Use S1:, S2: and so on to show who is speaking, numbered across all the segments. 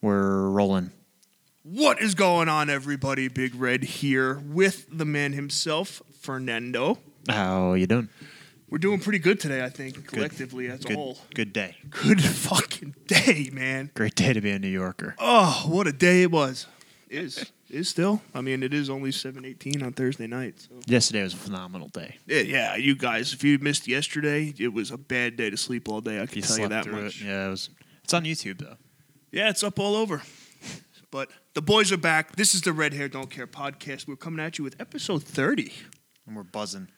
S1: We're rolling.
S2: What is going on, everybody? Big Red here with the man himself, Fernando.
S1: How you doing?
S2: We're doing pretty good today, I think, collectively as
S1: good,
S2: a whole.
S1: Good day.
S2: Good fucking day, man.
S1: Great day to be a New Yorker.
S2: Oh, what a day it was. Is is still. I mean, it is only 7:18 on Thursday night. So.
S1: Yesterday was a phenomenal day.
S2: Yeah, yeah, you guys, if you missed yesterday, it was a bad day to sleep all day. I can
S1: You
S2: tell you
S1: slept
S2: that
S1: through
S2: much.
S1: it. Yeah, it was. It's on YouTube though.
S2: Yeah, it's up all over. But the boys are back. This is the Red Hair Don't Care podcast. We're coming at you with episode 30.
S1: And we're buzzing.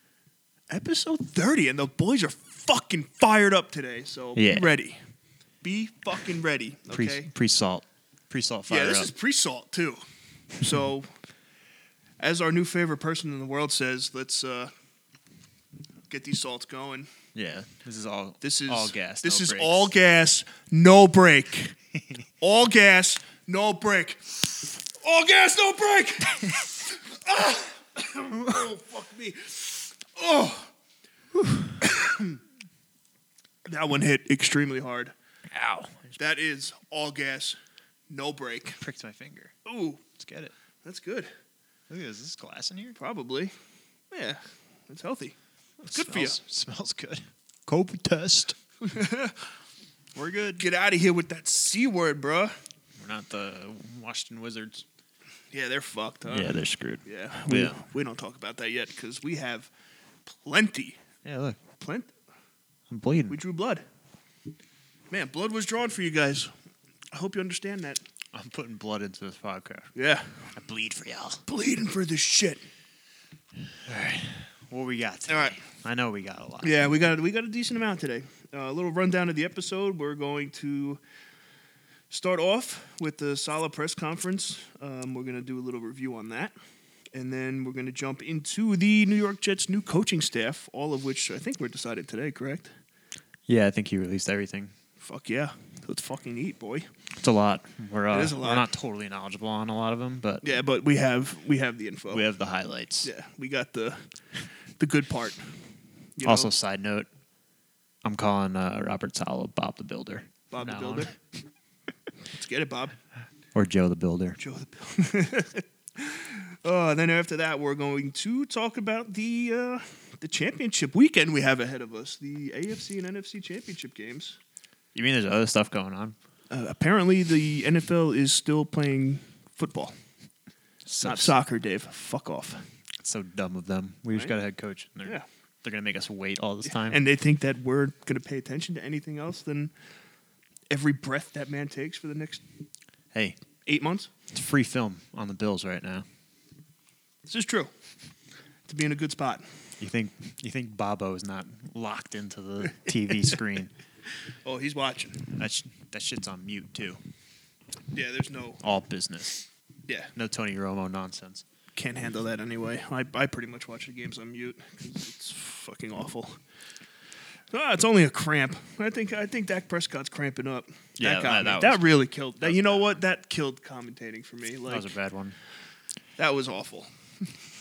S2: Episode 30, and the boys are fucking fired up today. So
S1: Yeah.
S2: be ready. Be fucking ready.
S1: Pre
S2: Okay.
S1: pre salt. Pre salt fire
S2: yeah, this
S1: up.
S2: is pre salt too. So, as our new favorite person in the world says, let's uh, get these salts going.
S1: yeah. This is all
S2: This is
S1: all gas.
S2: This
S1: no
S2: is
S1: brakes.
S2: all gas, no break. all gas, no break. All gas, no break. Ah! oh fuck me. Oh. that one hit extremely hard.
S1: Ow.
S2: That is all gas, no break.
S1: Pricked my finger.
S2: Ooh,
S1: Let's get it.
S2: that's good.
S1: Look at this. Is this glass in here?
S2: Probably. Yeah, it's healthy. It's good for you.
S1: smells, Smells good. Cope test.
S2: We're good. Get out of here with that C word, bruh.
S1: We're not the Washington Wizards.
S2: Yeah, they're fucked, huh?
S1: they're screwed.
S2: Yeah, we,
S1: Yeah.
S2: we don't talk about that yet because we have plenty,
S1: Yeah, look.
S2: plenty.
S1: I'm bleeding.
S2: We drew blood. Man, blood was drawn for you guys. I hope you understand that.
S1: I'm putting blood into this podcast.
S2: Yeah,
S1: I bleed for y'all.
S2: bleeding for this shit.
S1: What we got? Today?
S2: All right.
S1: I know we got a lot.
S2: Yeah, we got we got a decent amount today. Uh, a little rundown of the episode. We're going to start off with the Sala press conference. Um, we're going to do a little review on that, and then we're going to jump into the New York Jets' new coaching staff, all of which I think were decided today. Correct?
S1: Yeah, I think you released everything.
S2: Fuck yeah, let's fucking eat, boy.
S1: It's a lot. We're uh,
S2: It is a lot.
S1: we're not totally knowledgeable on a lot of them, but
S2: Yeah, but we have we have the info.
S1: we have the highlights.
S2: yeah, we got the the good part. You
S1: also,
S2: know,
S1: side note, I'm calling uh, Robert Sala Bob the Builder,
S2: Bob the
S1: from now on.
S2: Builder. Let's get it, Bob.
S1: or Joe the Builder.
S2: Joe the Builder. oh, and then after that, we're going to talk about the uh, the championship weekend we have ahead of us, the AFC and NFC championship games.
S1: You mean there's other stuff going on?
S2: Uh, apparently, the NFL is still playing football,
S1: So,
S2: not soccer, Dave. Fuck off.
S1: so dumb of them. We just
S2: Right?
S1: got a head coach. And they're,
S2: Yeah.
S1: they're gonna make us wait all this time.
S2: And they think that we're going to pay attention to anything else than every breath that man takes for the next
S1: hey,
S2: eight months.
S1: it's free film on the Bills right now.
S2: This is true. To be in a good spot.
S1: You think you think Bobo is not locked into the TV screen?
S2: Oh, he's watching.
S1: That sh- that shit's on mute too.
S2: Yeah, there's no.
S1: All business.
S2: Yeah,
S1: No Tony Romo nonsense.
S2: can't handle that anyway. I, I pretty much watch the games on mute 'cause it's fucking awful. Ah, it's only a cramp. I think I think Dak Prescott's cramping up.
S1: Yeah,
S2: that, got
S1: that-
S2: me.
S1: that was-
S2: really killed. That,
S1: was
S2: you know
S1: bad.
S2: what? That killed commentating for me. Like
S1: that was a bad one.
S2: that was awful.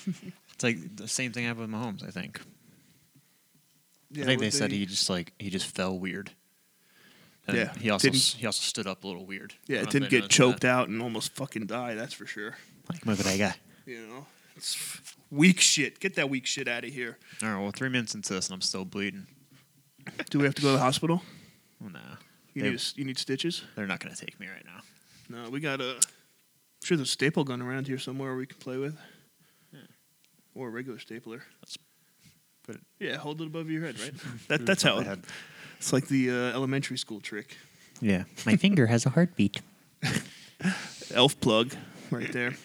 S1: It's like the same thing happened with Mahomes. I think.
S2: Yeah,
S1: I think they
S2: what
S1: said he just like he just fell weird. And
S2: Yeah,
S1: He also
S2: didn't-
S1: s- he also stood up a little weird.
S2: Yeah, it didn't get choked out and almost fucking die. That's for sure.
S1: Like look at that guy.
S2: You know, it's f- weak shit. Get that weak shit out of here.
S1: All right. Well, three minutes into this and I'm still bleeding.
S2: Do we have to go to the hospital?
S1: Oh, no,
S2: You
S1: They-
S2: need a s you need stitches.
S1: they're not gonna take me right now.
S2: No, we got a. I'm sure there's a staple gun around here somewhere we can play with. Hmm. Or a regular stapler.
S1: Let's put it-
S2: Yeah, hold it above your head, right? that, that's how.
S1: I
S2: It,
S1: had.
S2: it's like the uh, elementary school trick.
S1: Yeah. My finger has a heartbeat.
S2: Elf plug, right there.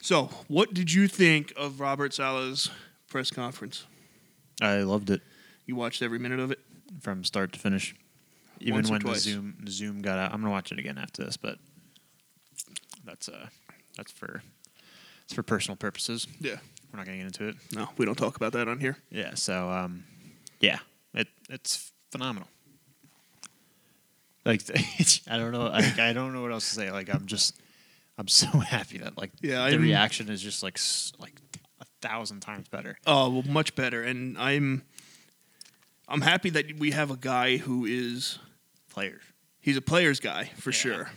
S2: so, what did you think of Robert Sala's press conference?
S1: I loved it.
S2: You watched every minute of it.
S1: from start to finish. Even
S2: Once or
S1: when the
S2: twice.
S1: Zoom the Zoom got out, I'm gonna watch it again after this, but that's uh that's for it's for personal purposes.
S2: Yeah.
S1: We're not gonna get into it.
S2: No, we don't talk about that on here.
S1: Yeah. So um, yeah, it it's phenomenal. Like I don't know, like, I don't know what else to say. Like I'm just I'm so happy that like
S2: Yeah,
S1: the
S2: I'm-
S1: reaction is just like s- like a thousand times better.
S2: Oh, well, much better. And I'm, I'm happy that we have a guy who is
S1: Player.
S2: he's a player's guy for
S1: Yeah.
S2: sure.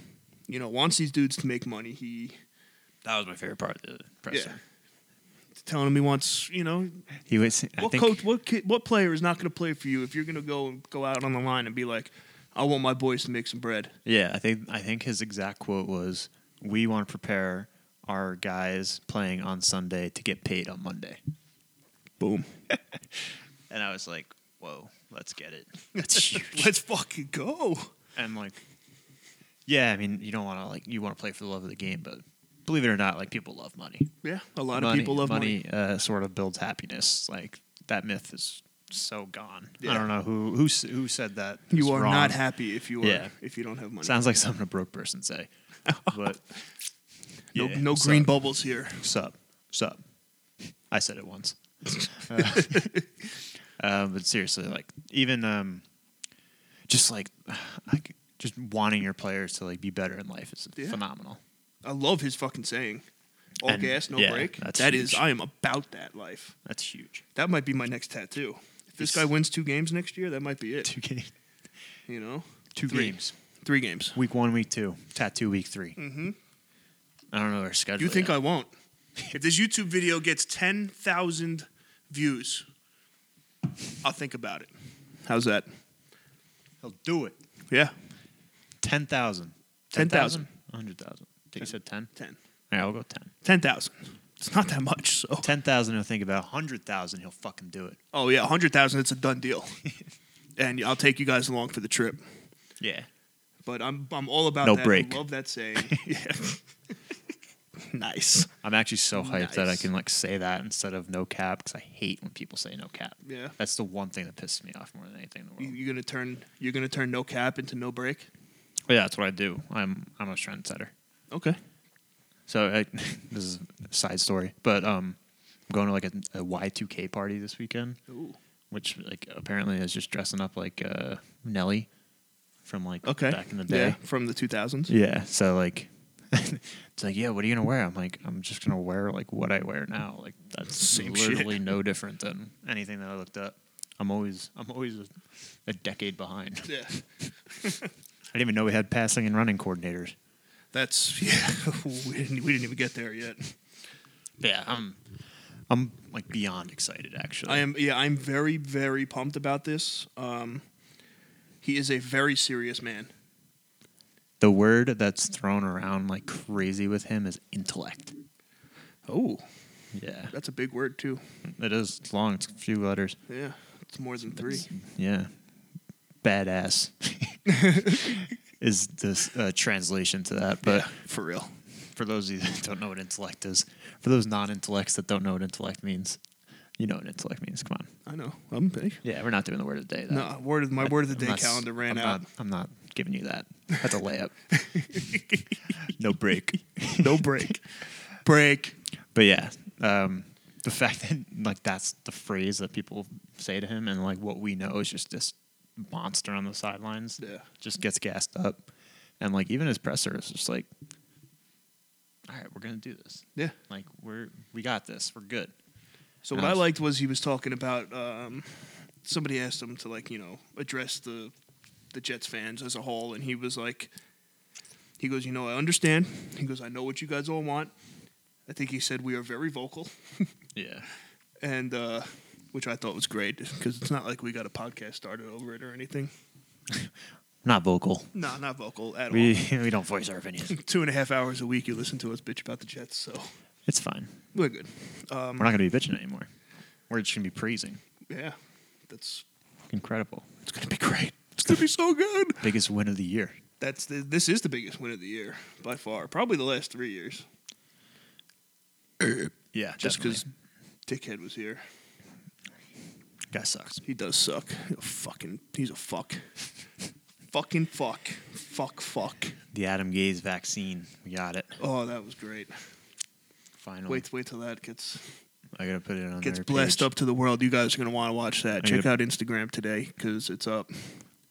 S2: you know, wants these dudes to make money. He
S1: That was my favorite part of the presser.
S2: telling him he wants, you know,
S1: He was. I
S2: what
S1: think
S2: coach, what kid, what player is not going to play for you if you're going to go and go out on the line and be like, I want my boys to make some bread.
S1: Yeah, I think I think his exact quote was, "We want to prepare our guys playing on Sunday to get paid on Monday."
S2: Boom.
S1: And I was like, "Whoa, let's get it." That's huge.
S2: Let's fucking go.
S1: and like, yeah, I mean, you don't want to like you want to play for the love of the game, but believe it or not, like people love money.
S2: Yeah, a lot
S1: Money-
S2: of people love money.
S1: Uh, sort of builds happiness. Like that myth is so gone. I
S2: Yeah.
S1: don't know who who s- who said that. It's
S2: You are
S1: wrong.
S2: not happy if you are
S1: Yeah.
S2: if you don't have money.
S1: Sounds like something a broke person say. But
S2: no
S1: yeah,
S2: no
S1: so-
S2: green bubbles here.
S1: Sup. Sup. I said it once. uh, uh, but seriously, like even um, just like like just wanting your players to like be better in life is
S2: Yeah.
S1: phenomenal.
S2: I love his fucking saying. All
S1: And-
S2: gas, no
S1: yeah,
S2: break.
S1: that's
S2: That is,
S1: huge.
S2: I am about that life.
S1: That's huge.
S2: That might be my next tattoo. If
S1: Yes.
S2: this guy wins two games next year, that might be it.
S1: Two games.
S2: You know,
S1: Two
S2: Three.
S1: games.
S2: three games.
S1: Week one, week two. Tattoo week 3
S2: Mm-hmm.
S1: I don't know their schedule.
S2: You think
S1: yet.
S2: I won't? If this YouTube video gets ten thousand views, I'll think about it. How's that?
S1: I'll do it?
S2: Yeah,
S1: Ten thousand.
S2: 10,000.
S1: Hundred thousand. I think you said ten.
S2: ten.
S1: All right, I'll go ten.
S2: Ten thousand. It's not that much. So.
S1: Ten thousand. He'll think about hundred thousand. He'll fucking do it.
S2: Oh yeah, hundred thousand. It's a done deal. and I'll take you guys along for the trip.
S1: Yeah.
S2: But I'm I'm all about
S1: No
S2: that.
S1: break.
S2: I love that saying. yeah. nice.
S1: I'm actually so hyped that I
S2: Nice.
S1: can like say that instead of no cap because I hate when people say no cap.
S2: Yeah.
S1: That's the one thing that pisses me off more than anything in the
S2: You,
S1: world.
S2: you're gonna turn you're gonna turn no cap into no break.
S1: Yeah, that's what I do. I'm I'm a trendsetter.
S2: Okay.
S1: So I, this is a side story, but um, I'm going to like a, a Y2K party this weekend,
S2: Ooh.
S1: which like apparently is just dressing up like uh, Nelly from like
S2: Okay.
S1: back in the day.
S2: Yeah, from the 2000s.
S1: Yeah. So like. It's like, yeah, what are you gonna wear? I'm like, I'm just gonna wear like what I wear now. Like that's
S2: Same shit.
S1: literally no different than anything that I looked up. I'm always, I'm always a, a decade behind.
S2: Yeah.
S1: I didn't even know we had passing and running coordinators.
S2: That's yeah. we didn't we didn't even get there yet.
S1: Yeah, I'm I'm like beyond excited actually.
S2: I am yeah, I'm very very pumped about this. Um he is a very serious man.
S1: the word that's thrown around like crazy with him is intellect.
S2: Oh,
S1: Yeah.
S2: that's a big word too.
S1: It is it's long, it's a few letters.
S2: Yeah. It's more than 3.
S1: Yeah. Badass is this uh, translation to that. But
S2: Yeah, for real.
S1: for those of you that don't know what intellect is, for those non intellects that don't know what intellect means, you know what intellect means. Come on.
S2: I know. I'm big.
S1: Yeah, we're not doing the word of the day. Though.
S2: No, word of my word of the
S1: I'm
S2: day
S1: not s-
S2: calendar ran
S1: I'm
S2: out.
S1: Not, I'm not giving you that. That's a layup. no break.
S2: no break. break.
S1: But yeah, um, the fact that like that's the phrase that people say to him, and like what we know is just this monster on the sidelines.
S2: Yeah.
S1: just gets gassed up, and like even his presser is just like, all right, we're gonna do this.
S2: Yeah.
S1: Like we're we got this. We're good.
S2: So
S1: And
S2: what
S1: I
S2: I
S1: was-
S2: liked was he was talking about um, somebody asked him to like you know address the the Jets fans as a whole, and he was like, he goes, you know, I understand. He goes, I know what you guys all want. I think he said we are very vocal,
S1: Yeah.
S2: and uh, which I thought was great because it's not like we got a podcast started over it or anything.
S1: Not vocal.
S2: No, not vocal at
S1: We we don't voice our opinions.
S2: all. Two and a half hours a week you listen to us bitch about the Jets, so
S1: It's fine.
S2: we're good. Um,
S1: We're not gonna be bitching anymore. We're just gonna be praising.
S2: yeah, that's
S1: Incredible.
S2: it's gonna be great. It's gonna be so good.
S1: Biggest win of the year.
S2: That's the, this is the biggest win of the year by far, probably the last three years.
S1: Yeah.
S2: Just
S1: definitely.
S2: because Dickhead was here,
S1: guy sucks.
S2: he does suck. He's a fucking, he's a fuck, fucking fuck, fuck, fuck.
S1: The Adam Gaze vaccine. We got it.
S2: Oh, that was great.
S1: Finally.
S2: Wait, wait till that gets
S1: I gotta put it on.
S2: gets
S1: their
S2: blessed
S1: page.
S2: up to the world. You guys are gonna want to watch that.
S1: I
S2: Check
S1: gotta-
S2: out Instagram today because it's up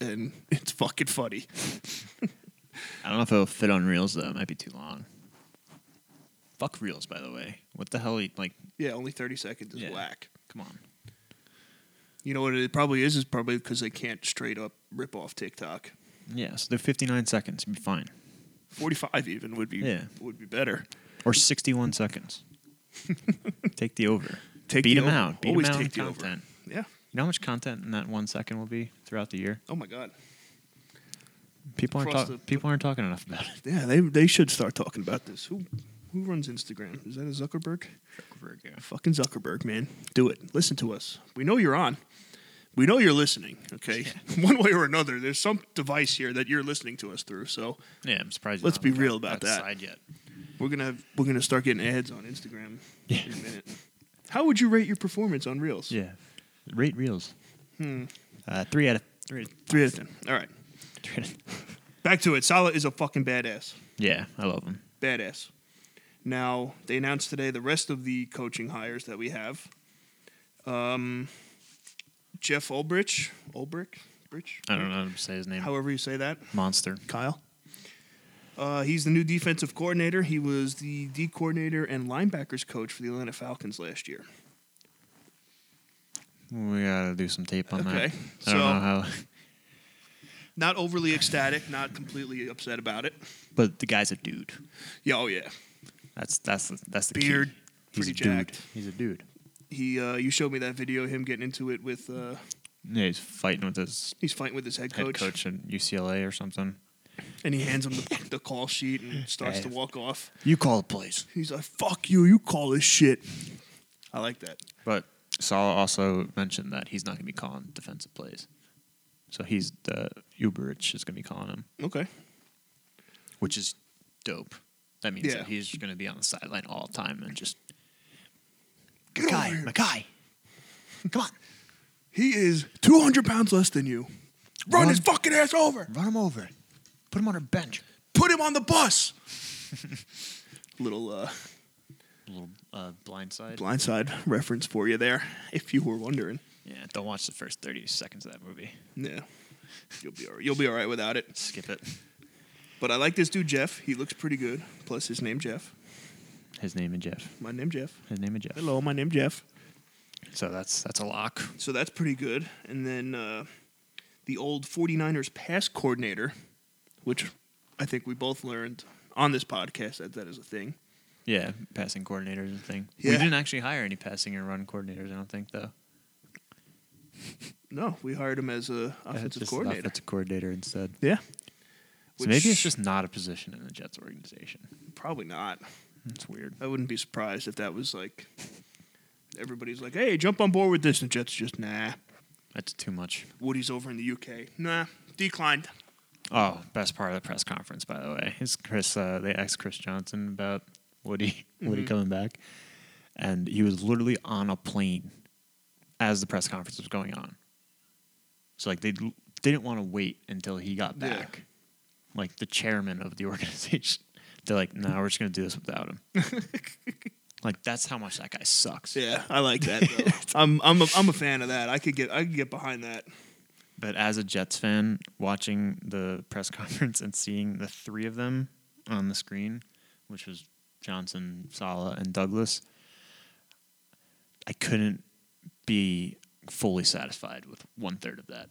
S2: and it's fucking funny.
S1: I don't know if it'll fit on reels though. It might be too long. Fuck reels, by the way. What the hell? Are you, like,
S2: Yeah, only thirty seconds is
S1: Yeah.
S2: whack.
S1: come on.
S2: You know what it probably is? Is probably because they can't straight up rip off TikTok.
S1: Yeah, so they're 59 seconds. You'll be fine.
S2: 45 even would be
S1: Yeah.
S2: would be better.
S1: or 61 seconds. take the over.
S2: Take
S1: Beat
S2: the
S1: them
S2: over.
S1: out. Beat
S2: Always
S1: them out
S2: take
S1: in
S2: the over.
S1: content.
S2: Yeah.
S1: You know how much content in that one second will be throughout the year?
S2: Oh my god.
S1: People aren't,
S2: Across
S1: talk-
S2: the-
S1: people aren't talking enough about it.
S2: Yeah, they they should start talking about this. Who who runs Instagram? Is that a Zuckerberg? Fucking Zuckerberg, man. Do it. Listen to us. We know you're on. We know you're listening, okay? One way or another, there's some device here that you're listening to us through. So,
S1: Yeah, I'm surprised.
S2: Let's be real about that.
S1: Side yet.
S2: we're going to we're going to start getting ads on Instagram
S1: Yeah.
S2: in a minute. How would you rate your performance on Reels?
S1: Yeah. Rate reels. Hmm. Uh, three out of three.
S2: Three out of 10. All right.
S1: three out of,
S2: Back to it. Salah is a fucking badass.
S1: yeah, I love them.
S2: badass. Now they announced today the rest of the coaching hires that we have. Um, Jeff Ulbrich, Ulbrich, Brich,
S1: I don't know how to say his name.
S2: however you say that.
S1: Monster.
S2: Kyle. Uh, he's the new defensive coordinator. He was the D coordinator and linebackers coach for the Atlanta Falcons last year.
S1: We gotta do some tape on that.
S2: Okay,
S1: I don't
S2: so-
S1: know how.
S2: Not overly ecstatic, not completely upset about it.
S1: But the guy's a dude.
S2: Yeah, oh yeah.
S1: That's that's the- that's the
S2: Beard,
S1: Key. He's
S2: pretty
S1: a dude.
S2: jacked.
S1: He's a dude.
S2: He, uh, you showed me that video of him getting into it with. Uh,
S1: Yeah, he's fighting with his
S2: he's fighting with his head
S1: head
S2: coach,
S1: coach at UCLA or something.
S2: and he hands him the, the call sheet and starts
S1: Hey.
S2: to walk off.
S1: You call the plays.
S2: He's like, "Fuck you! You call this shit." I like that.
S1: But Salah also mentioned that he's not gonna be calling defensive plays. So he's the Uberich is gonna be calling him,
S2: Okay.
S1: which is dope. That means
S2: Yeah.
S1: that he's gonna be on the sideline all the time and just
S2: Get over here.
S1: Mackay, Mackay, come on,
S2: He is 200 pounds less than you. Run,
S1: Run.
S2: his fucking ass over.
S1: run him over, put him on a bench.
S2: Put him on the bus. Little uh,
S1: little uh, blindside.
S2: blindside reference for you there, if you were wondering.
S1: Yeah, don't watch the first 30 seconds of that movie.
S2: Yeah. You'll be all right. you'll be all right without it.
S1: Skip it.
S2: But I like this dude Jeff. He looks pretty good. Plus his name Jeff.
S1: His name is Jeff.
S2: My name Jeff.
S1: His name is Jeff.
S2: Hello, my name Jeff.
S1: So that's that's a lock.
S2: So that's pretty good. And then uh, the old 49ers pass coordinator, which I think we both learned on this podcast that that is a thing.
S1: Yeah, passing coordinators and thing. We
S2: Yeah.
S1: didn't actually hire any passing and run coordinators. I don't think though.
S2: No, we hired him as a
S1: It's
S2: offensive
S1: just an
S2: coordinator.
S1: Offensive coordinator instead.
S2: Yeah.
S1: So
S2: Which-
S1: maybe it's just not a position in the Jets organization.
S2: probably not.
S1: It's weird.
S2: I wouldn't be surprised if that was like everybody's like, "Hey, jump on board with this," and Jets just nah.
S1: That's too much.
S2: Woody's over in the UK. Nah, declined.
S1: Oh, best part of the press conference, by the way, is Chris. Uh, they asked Chris Johnson about Woody Woody coming back, and he was literally on a plane as the press conference was going on. So like they l- didn't want to wait until he got
S2: Yeah.
S1: back, like the chairman of the organization. They're like, no, we're just gonna do this without him. like that's how much that guy sucks.
S2: Yeah, I like that. Though. I'm I'm a, I'm a fan of that. I could get I could get behind that.
S1: But as a Jets fan, watching the press conference and seeing the three of them on the screen, which was Johnson, Sala, and Douglas, I couldn't be fully satisfied with one third of that.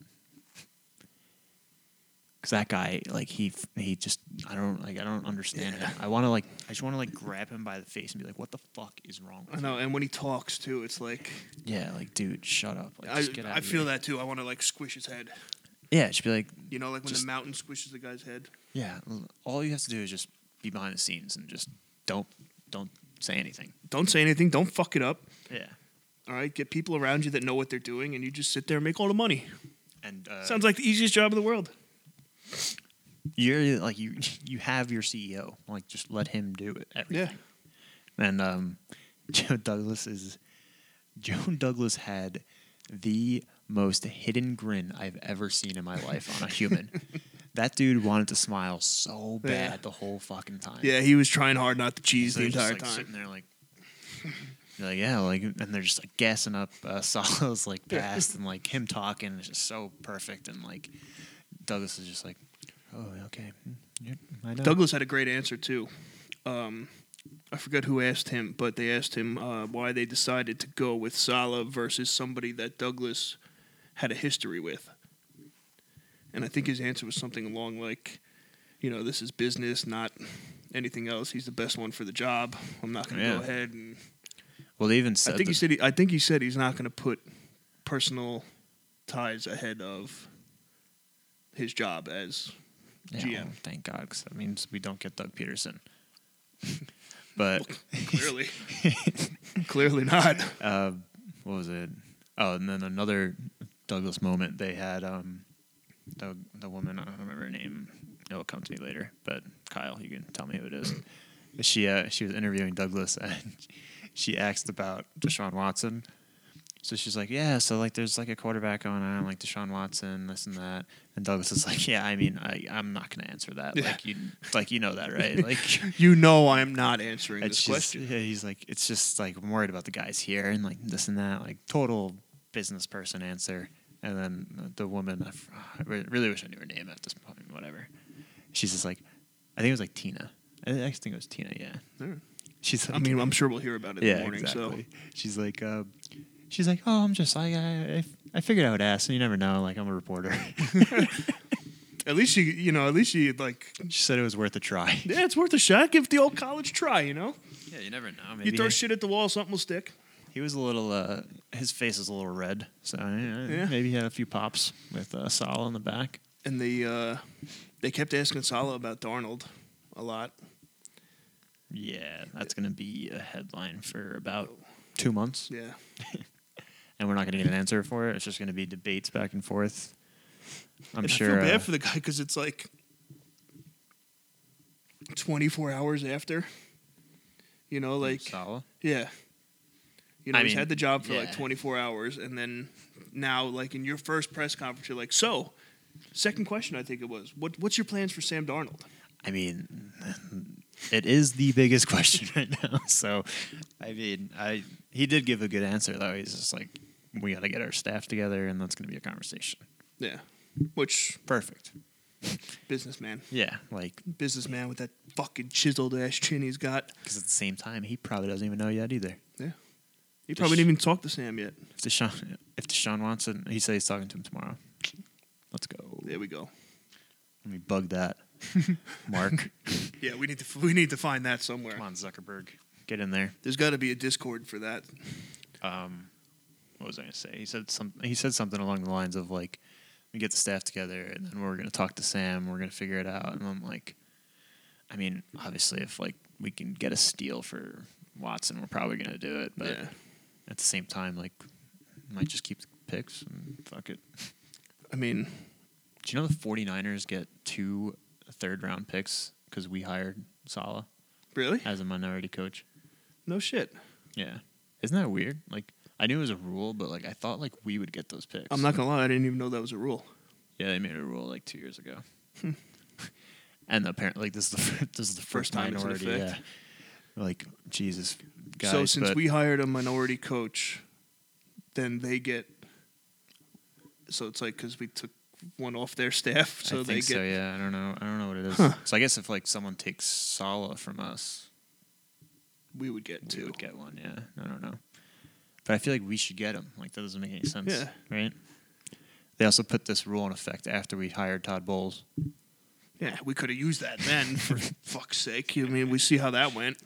S1: Cause that guy, like he, he just, I don't, like, I don't understand him. I want to, like, I just want to, like, grab him by the face and be like, "What the fuck is wrong?"
S2: I
S1: with you?
S2: know, and when he talks too, it's like
S1: Yeah, like, dude, shut up. Like,
S2: I,
S1: just get out
S2: I
S1: of
S2: feel
S1: here.
S2: that too. I want to like squish his head.
S1: Yeah, just be like,
S2: You know, like when
S1: Just-
S2: the mountain squishes the guy's head.
S1: Yeah, l- all you have to do is just be behind the scenes and just don't don't say anything.
S2: Don't say anything. Don't fuck it up.
S1: Yeah,
S2: All right, get people around you that know what they're doing, and you just sit there and make all the money.
S1: and uh,
S2: Sounds like the easiest job in the world.
S1: you're like you you have your CEO. Like just let him do it. Everything. And um, Joe Douglas is Joan Douglas had the most hidden grin I've ever seen in my life on a human. that dude wanted to smile so
S2: Yeah.
S1: bad the whole fucking time.
S2: Yeah, he was trying hard not to cheese
S1: So
S2: the
S1: they're
S2: entire
S1: just, like, Sitting
S2: time.
S1: there like, they're like yeah, like, and they're just like gassing up uh, Salah's like
S2: Yeah.
S1: past and like him talking is just so perfect and like Douglas is just like, oh okay, Mm, yeah, I know.
S2: Douglas had a great answer too. Um, I forgot who asked him, but they asked him uh, why they decided to go with Sala versus somebody that Douglas had a history with. And I think his answer was something along like, you know, this is business, not anything else. He's the best one for the job. I'm not going to
S1: Yeah.
S2: go ahead and.
S1: Well, they even said
S2: I think he
S1: that-
S2: said. He, I think he said he's not going to put personal ties ahead of his job as
S1: Yeah,
S2: GM.
S1: well, thank God, because that means we don't get Doug Peterson. but
S2: clearly, clearly not.
S1: uh, what was it? Oh, and then another Douglas moment. They had um, the the woman. I don't remember her name. It'll come to me later. But Kyle, you can tell me who it is. She uh, she was interviewing Douglas, and she asked about Deshaun Watson. So she's like, yeah. So like, there's like a quarterback going on, like Deshaun Watson, this and that. And Douglas is like, yeah. I mean, I I'm not gonna answer that.
S2: Yeah.
S1: Like you like you know that, right? Like
S2: You know, I'm not answering
S1: it's
S2: this
S1: just-
S2: question.
S1: yeah, he's like, it's just like I'm worried about the guys here and like this and that, like total business person answer. And then the woman, I f- I re- really wish I knew her name at this point. Whatever. She's just like, I think it was like Tina. I I just think it was Tina. Yeah.
S2: Alright.
S1: She's. Like,
S2: I mean, I'm sure we'll hear about it in
S1: yeah,
S2: the morning.
S1: exactly. She's like, uh, she's like, oh, I'm just like, I, I, I figured I would ask, and you never know. Like, I'm a reporter.
S2: So at least you, you know, at least you like.
S1: she said it was worth a try.
S2: Yeah, it's worth a shot. Give the old college try. You know,
S1: Yeah, you never know.
S2: you throw shit at the wall, something will stick.
S1: He was a little. Uh, his face is a little red, so uh,
S2: Yeah.
S1: maybe he had a few pops with uh, Sal on the back.
S2: and they uh, they kept asking Sala about Darnold a lot.
S1: Yeah, that's gonna be a headline for about two months,
S2: Yeah,
S1: and we're not gonna get an answer for it. It's just gonna be debates back and forth. I'm
S2: and I
S1: sure.
S2: feel bad
S1: uh,
S2: for the guy because it's like twenty four hours after. You know, like
S1: Sala.
S2: yeah, you know,
S1: I
S2: he's
S1: mean,
S2: had the job for
S1: yeah.
S2: like twenty four hours, and then now, like in your first press conference, you're like, so. Second question, I think it was. What What's your plans for Sam Darnold?
S1: I mean, it is the biggest question right now. So, I mean, I he did give a good answer though. He's just like, we gotta get our staff together, and that's gonna be a conversation.
S2: Yeah, which
S1: Perfect.
S2: businessman,
S1: Yeah, like
S2: businessman with that fucking chiseled ass chin he's got.
S1: because at the same time, he probably doesn't even know yet either.
S2: He
S1: Just-
S2: probably didn't even talk to Sam yet.
S1: If Deshaun, if Deshaun Watson, he said he's talking to him tomorrow. Let's go.
S2: There we go.
S1: Let me bug that, Mark.
S2: Yeah, we need to we need to find that somewhere.
S1: Come on, Zuckerberg, get in there.
S2: There's got to be a Discord for that.
S1: Um, what was I gonna say? He said some. He said something along the lines of like, we get the staff together, and then we're gonna talk to Sam. We're gonna figure it out. And I'm like, I mean, obviously, if like we can get a steal for Watson, we're probably gonna do it. But
S2: Yeah.
S1: at the same time, like, might just keep the picks and fuck it.
S2: I mean,
S1: Do you know the 49ers get two third round picks because we hired Sala
S2: really?
S1: as a minority coach?
S2: No shit.
S1: Yeah. Isn't that weird? Like, I knew it was a rule, but like, I thought like we would get those picks.
S2: I'm not gonna lie. I didn't even know that was a rule.
S1: Yeah, they made a rule like two years ago. and apparently, like, this is the fir- this is the first,
S2: First time it's in
S1: minority. Yeah.
S2: effect.
S1: Like Jesus, guys.
S2: so since
S1: but-
S2: we hired a minority coach, then they get. So it's like because we took one off their staff,
S1: I
S2: so they
S1: think
S2: get.
S1: so. Yeah, I don't know. I don't know what it is.
S2: Huh.
S1: So I guess if like someone takes Sala from us,
S2: We would get
S1: we
S2: two.
S1: would get one. Yeah, I don't know, but I feel like we should get him. Like that doesn't make any sense,
S2: Yeah.
S1: right? They also put this rule in effect after we hired Todd Bowles.
S2: yeah, we could have used that then. for fuck's sake! I mean, we see how that went.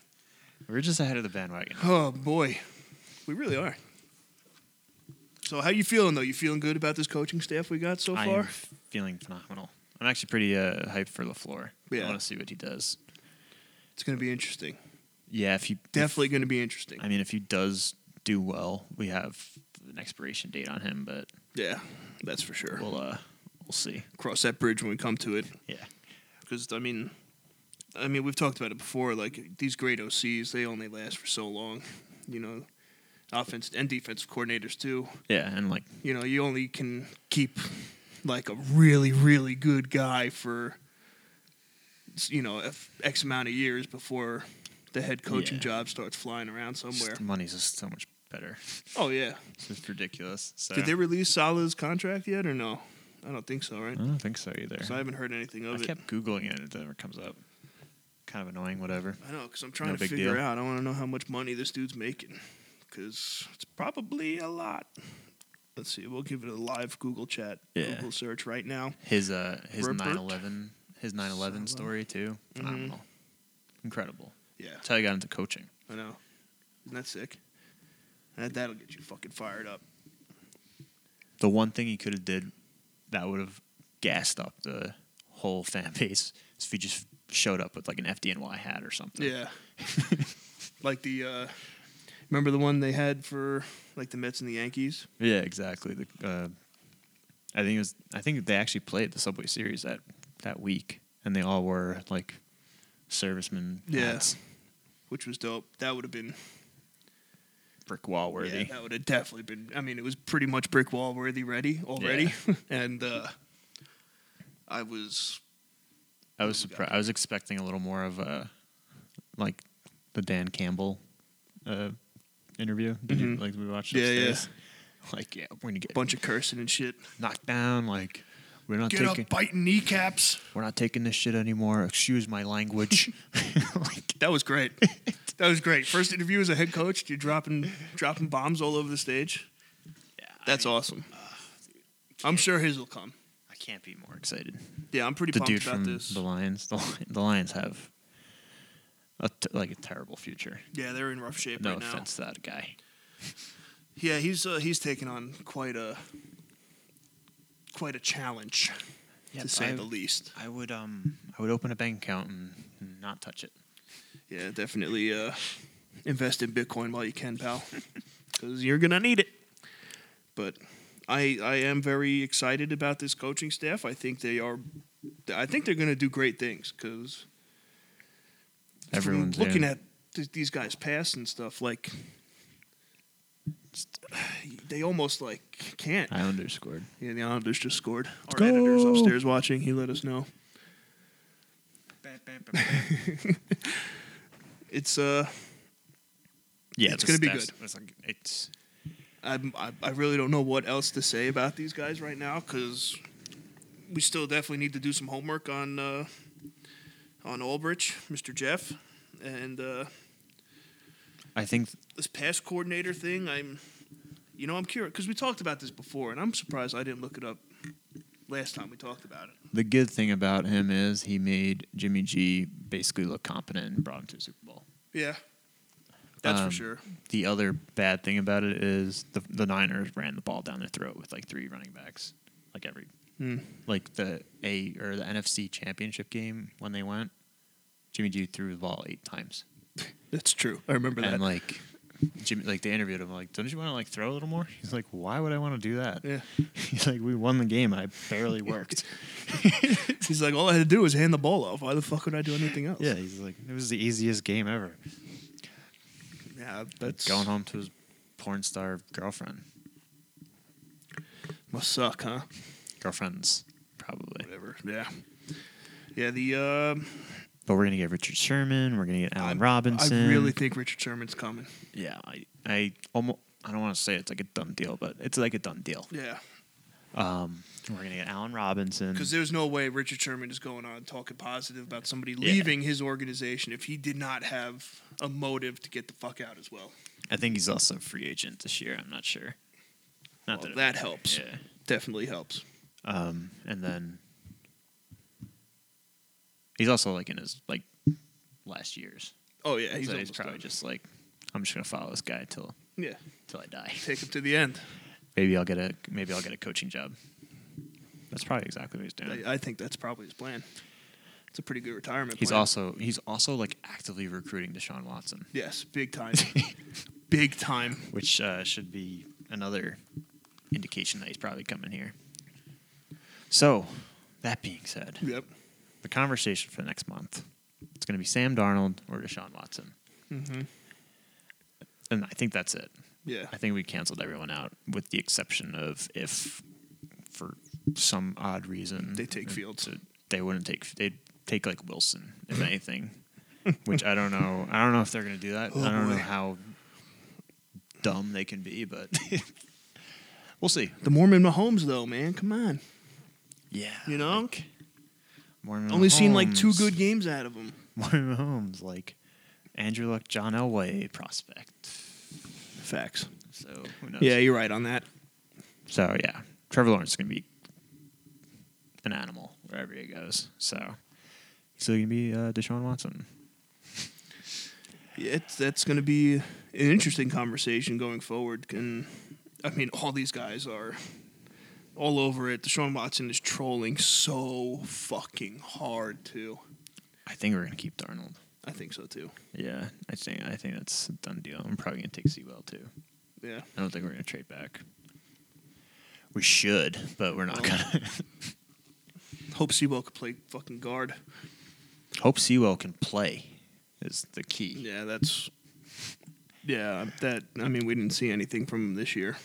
S1: We're just ahead of the bandwagon.
S2: Oh boy, we really are. So how you feeling though? You feeling good about this coaching staff we got so
S1: I'm
S2: far?
S1: f- feeling phenomenal. I'm actually pretty uh, hyped for Lafleur. I
S2: Yeah.
S1: want to see what he does.
S2: It's gonna be interesting.
S1: Yeah, if he
S2: Definitely gonna be interesting.
S1: If, I mean, if he does do well, we have an expiration date on him, but
S2: Yeah, that's for sure.
S1: we'll uh, we'll see.
S2: cross that bridge when we come to it.
S1: Yeah.
S2: Because I mean, I mean we've talked about it before. Like these great OCs, they only last for so long. You know, offense and defensive coordinators too.
S1: Yeah, and like
S2: You know, you only can keep like a really really good guy for you know f- x amount of years before the head coaching
S1: Yeah.
S2: job starts flying around
S1: just
S2: somewhere.
S1: the money's just so much better.
S2: Oh yeah.
S1: It's just ridiculous. So.
S2: Did they release Salah's contract yet or no? I don't think so,
S1: I
S2: right?
S1: don't think so either.
S2: So I haven't heard anything of
S1: I
S2: it.
S1: kept googling it. It never comes up. Kind of annoying. Whatever.
S2: I know, because I'm trying
S1: No
S2: to
S1: big
S2: figure
S1: deal.
S2: out. I want to know how much money this dude's making, because it's probably a lot. Let's see. We'll give it a live Google chat,
S1: Yeah.
S2: Google search right now.
S1: His uh his
S2: Rupert? Mm-hmm.
S1: nine eleven his 9/11
S2: Sabo.
S1: story too. Phenomenal, incredible.
S2: Yeah,
S1: That's how I got into coaching.
S2: I know. Isn't that sick? That, that'll get you fucking fired up.
S1: The one thing he could have did that would have gassed up the whole fan base is if he just showed up with like an FDNY hat or something.
S2: Yeah. like the, uh, remember the one they had for like the Mets and the Yankees?
S1: Yeah, exactly. The, uh, I think it was. I think they actually played the Subway Series that that week, and they all wore like servicemen
S2: Yeah.
S1: hats,
S2: Which was dope. That would have been
S1: brick wall
S2: Yeah,
S1: worthy.
S2: that would have definitely been. I mean, it was pretty much brick wall worthy ready already, and uh, I was
S1: I was
S2: Yeah.
S1: surprised. I was expecting a little more of a like the Dan Campbell uh, interview. Did you
S2: Mhm.
S1: like we watched?
S2: Yeah, yeah.
S1: upstairs? Like yeah, we're gonna
S2: a
S1: get
S2: bunch of cursing and shit.
S1: knocked down. Like we're not
S2: Get
S1: taking
S2: up, biting kneecaps.
S1: we're not taking this shit anymore. Excuse my language. like
S2: That was great. that was great. First interview as a head coach. You're dropping dropping bombs all over the stage. That's awesome. I'm sure his will come.
S1: I can't be more excited.
S2: Yeah, I'm pretty
S1: the
S2: pumped
S1: dude
S2: about
S1: from
S2: this.
S1: the Lions. The, Li- the Lions have a t- like a terrible future.
S2: yeah, they're in rough shape
S1: No
S2: right now.
S1: offense to that guy.
S2: Yeah, he's uh, he's taken on quite a quite a challenge to say
S1: I,
S2: the least.
S1: I would um I would open a bank account and and not touch it.
S2: Yeah, definitely uh, invest in Bitcoin while you can, pal, because you're gonna need it. But I I am very excited about this coaching staff. I think they are, I think they're gonna do great things because
S1: Everyone's
S2: looking
S1: doing-
S2: at th- these guys pass and stuff like they almost like can't.
S1: Islanders scored.
S2: Yeah, the Islanders just scored. Our
S1: go.
S2: editor's upstairs watching. He let us know. It's uh,
S1: Yeah,
S2: It's
S1: this-
S2: gonna be
S1: that's- that's like- it's
S2: I'm, I I really don't know what else to say about these guys right now because we still definitely need to do some homework on uh, on Ulbrich, Mr. Jeff, and uh,
S1: I think
S2: this pass coordinator thing. I'm, you know, I'm curious because we talked about this before, and I'm surprised I didn't look it up last time we talked about it.
S1: the good thing about him is he made Jimmy G basically look competent and brought him to the Super Bowl.
S2: Yeah, that's
S1: Um,
S2: for sure.
S1: The other bad thing about it is the the Niners ran the ball down their throat with like three running backs, like every
S2: Hmm.
S1: like the A or the NFC Championship game when they went. Jimmy G threw the ball eight times,
S2: That's true. I remember that.
S1: and like Jimmy, like they interviewed him, like, don't you want to like throw a little more? He's like, why would I want to do that?
S2: yeah,
S1: He's like, we won the game. I barely worked.
S2: he's like, all I had to do was hand the ball off. Why the fuck would I do anything else?
S1: yeah, he's like, it was the easiest game ever.
S2: yeah, that's
S1: Going home to his porn star girlfriend,
S2: must suck, huh?
S1: girlfriends probably.
S2: whatever. Yeah. Yeah, the um
S1: But we're gonna get Richard Sherman. We're gonna get Allen
S2: I'm-
S1: Robinson.
S2: I really think Richard Sherman's coming.
S1: yeah, I, I almost. I don't want to say it's like a done deal, but it's like a done deal.
S2: Yeah,
S1: Um, we're gonna get Allen Robinson.
S2: because there's no way Richard Sherman is going on talking positive about somebody
S1: Yeah.
S2: leaving his organization if he did not have a motive to get the fuck out as well.
S1: I think he's also a free agent this year. I'm not sure. Not
S2: Well,
S1: it-
S2: that helps.
S1: Yeah.
S2: Definitely helps.
S1: Um, and then he's also like in his like last years.
S2: Oh yeah,
S1: He's, so he's
S2: almost
S1: probably
S2: done.
S1: just like, I'm just gonna follow this guy till
S2: yeah.
S1: till I die.
S2: Take him to the end.
S1: Maybe I'll get a maybe I'll get a coaching job. That's probably exactly what he's doing.
S2: I, I think that's probably his plan. It's a pretty good retirement.
S1: He's
S2: plan.
S1: also he's also like actively recruiting Deshaun Watson,
S2: Yes, big time. big time.
S1: which uh, should be another indication that he's probably coming here. So, that being said,
S2: Yep.
S1: the conversation for the next month, it's going to be Sam Darnold or Deshaun Watson,
S2: Mm-hmm.
S1: and I think that's it.
S2: Yeah.
S1: I think we canceled everyone out with the exception of if, for some odd reason,
S2: They take Fields.
S1: They wouldn't take. They'd take like Wilson if anything, which I don't know. I don't know if they're going to do that.
S2: Oh,
S1: I don't know
S2: boy.
S1: how dumb they can be, but we'll see.
S2: The Mormon Mahomes though, man, come on.
S1: Yeah,
S2: You know?
S1: like, Mormon
S2: Only seen like two
S1: Mahomes-
S2: good games out of him.
S1: Mormon Mahomes, like Andrew Luck, John Elway prospect.
S2: Facts.
S1: So who knows?
S2: Yeah, you're right on that.
S1: So yeah, Trevor Lawrence is going to be an animal wherever he goes. So still gonna be uh, Deshaun Watson.
S2: Yeah, it's, that's going to be an interesting conversation going forward. Can I mean, all these guys are all over it. Deshaun Watson is trolling so fucking hard too.
S1: I think we're gonna keep Darnold.
S2: I think so too.
S1: Yeah, I think I think that's a done deal. I'm probably gonna take Sewell too.
S2: Yeah.
S1: I don't think we're gonna trade back. We should, but we're not
S2: Oh.
S1: gonna.
S2: Hope Sebo could play fucking guard.
S1: Hope Sewell can play is the key.
S2: Yeah, that's. Yeah, that. I mean, we didn't see anything from him this year.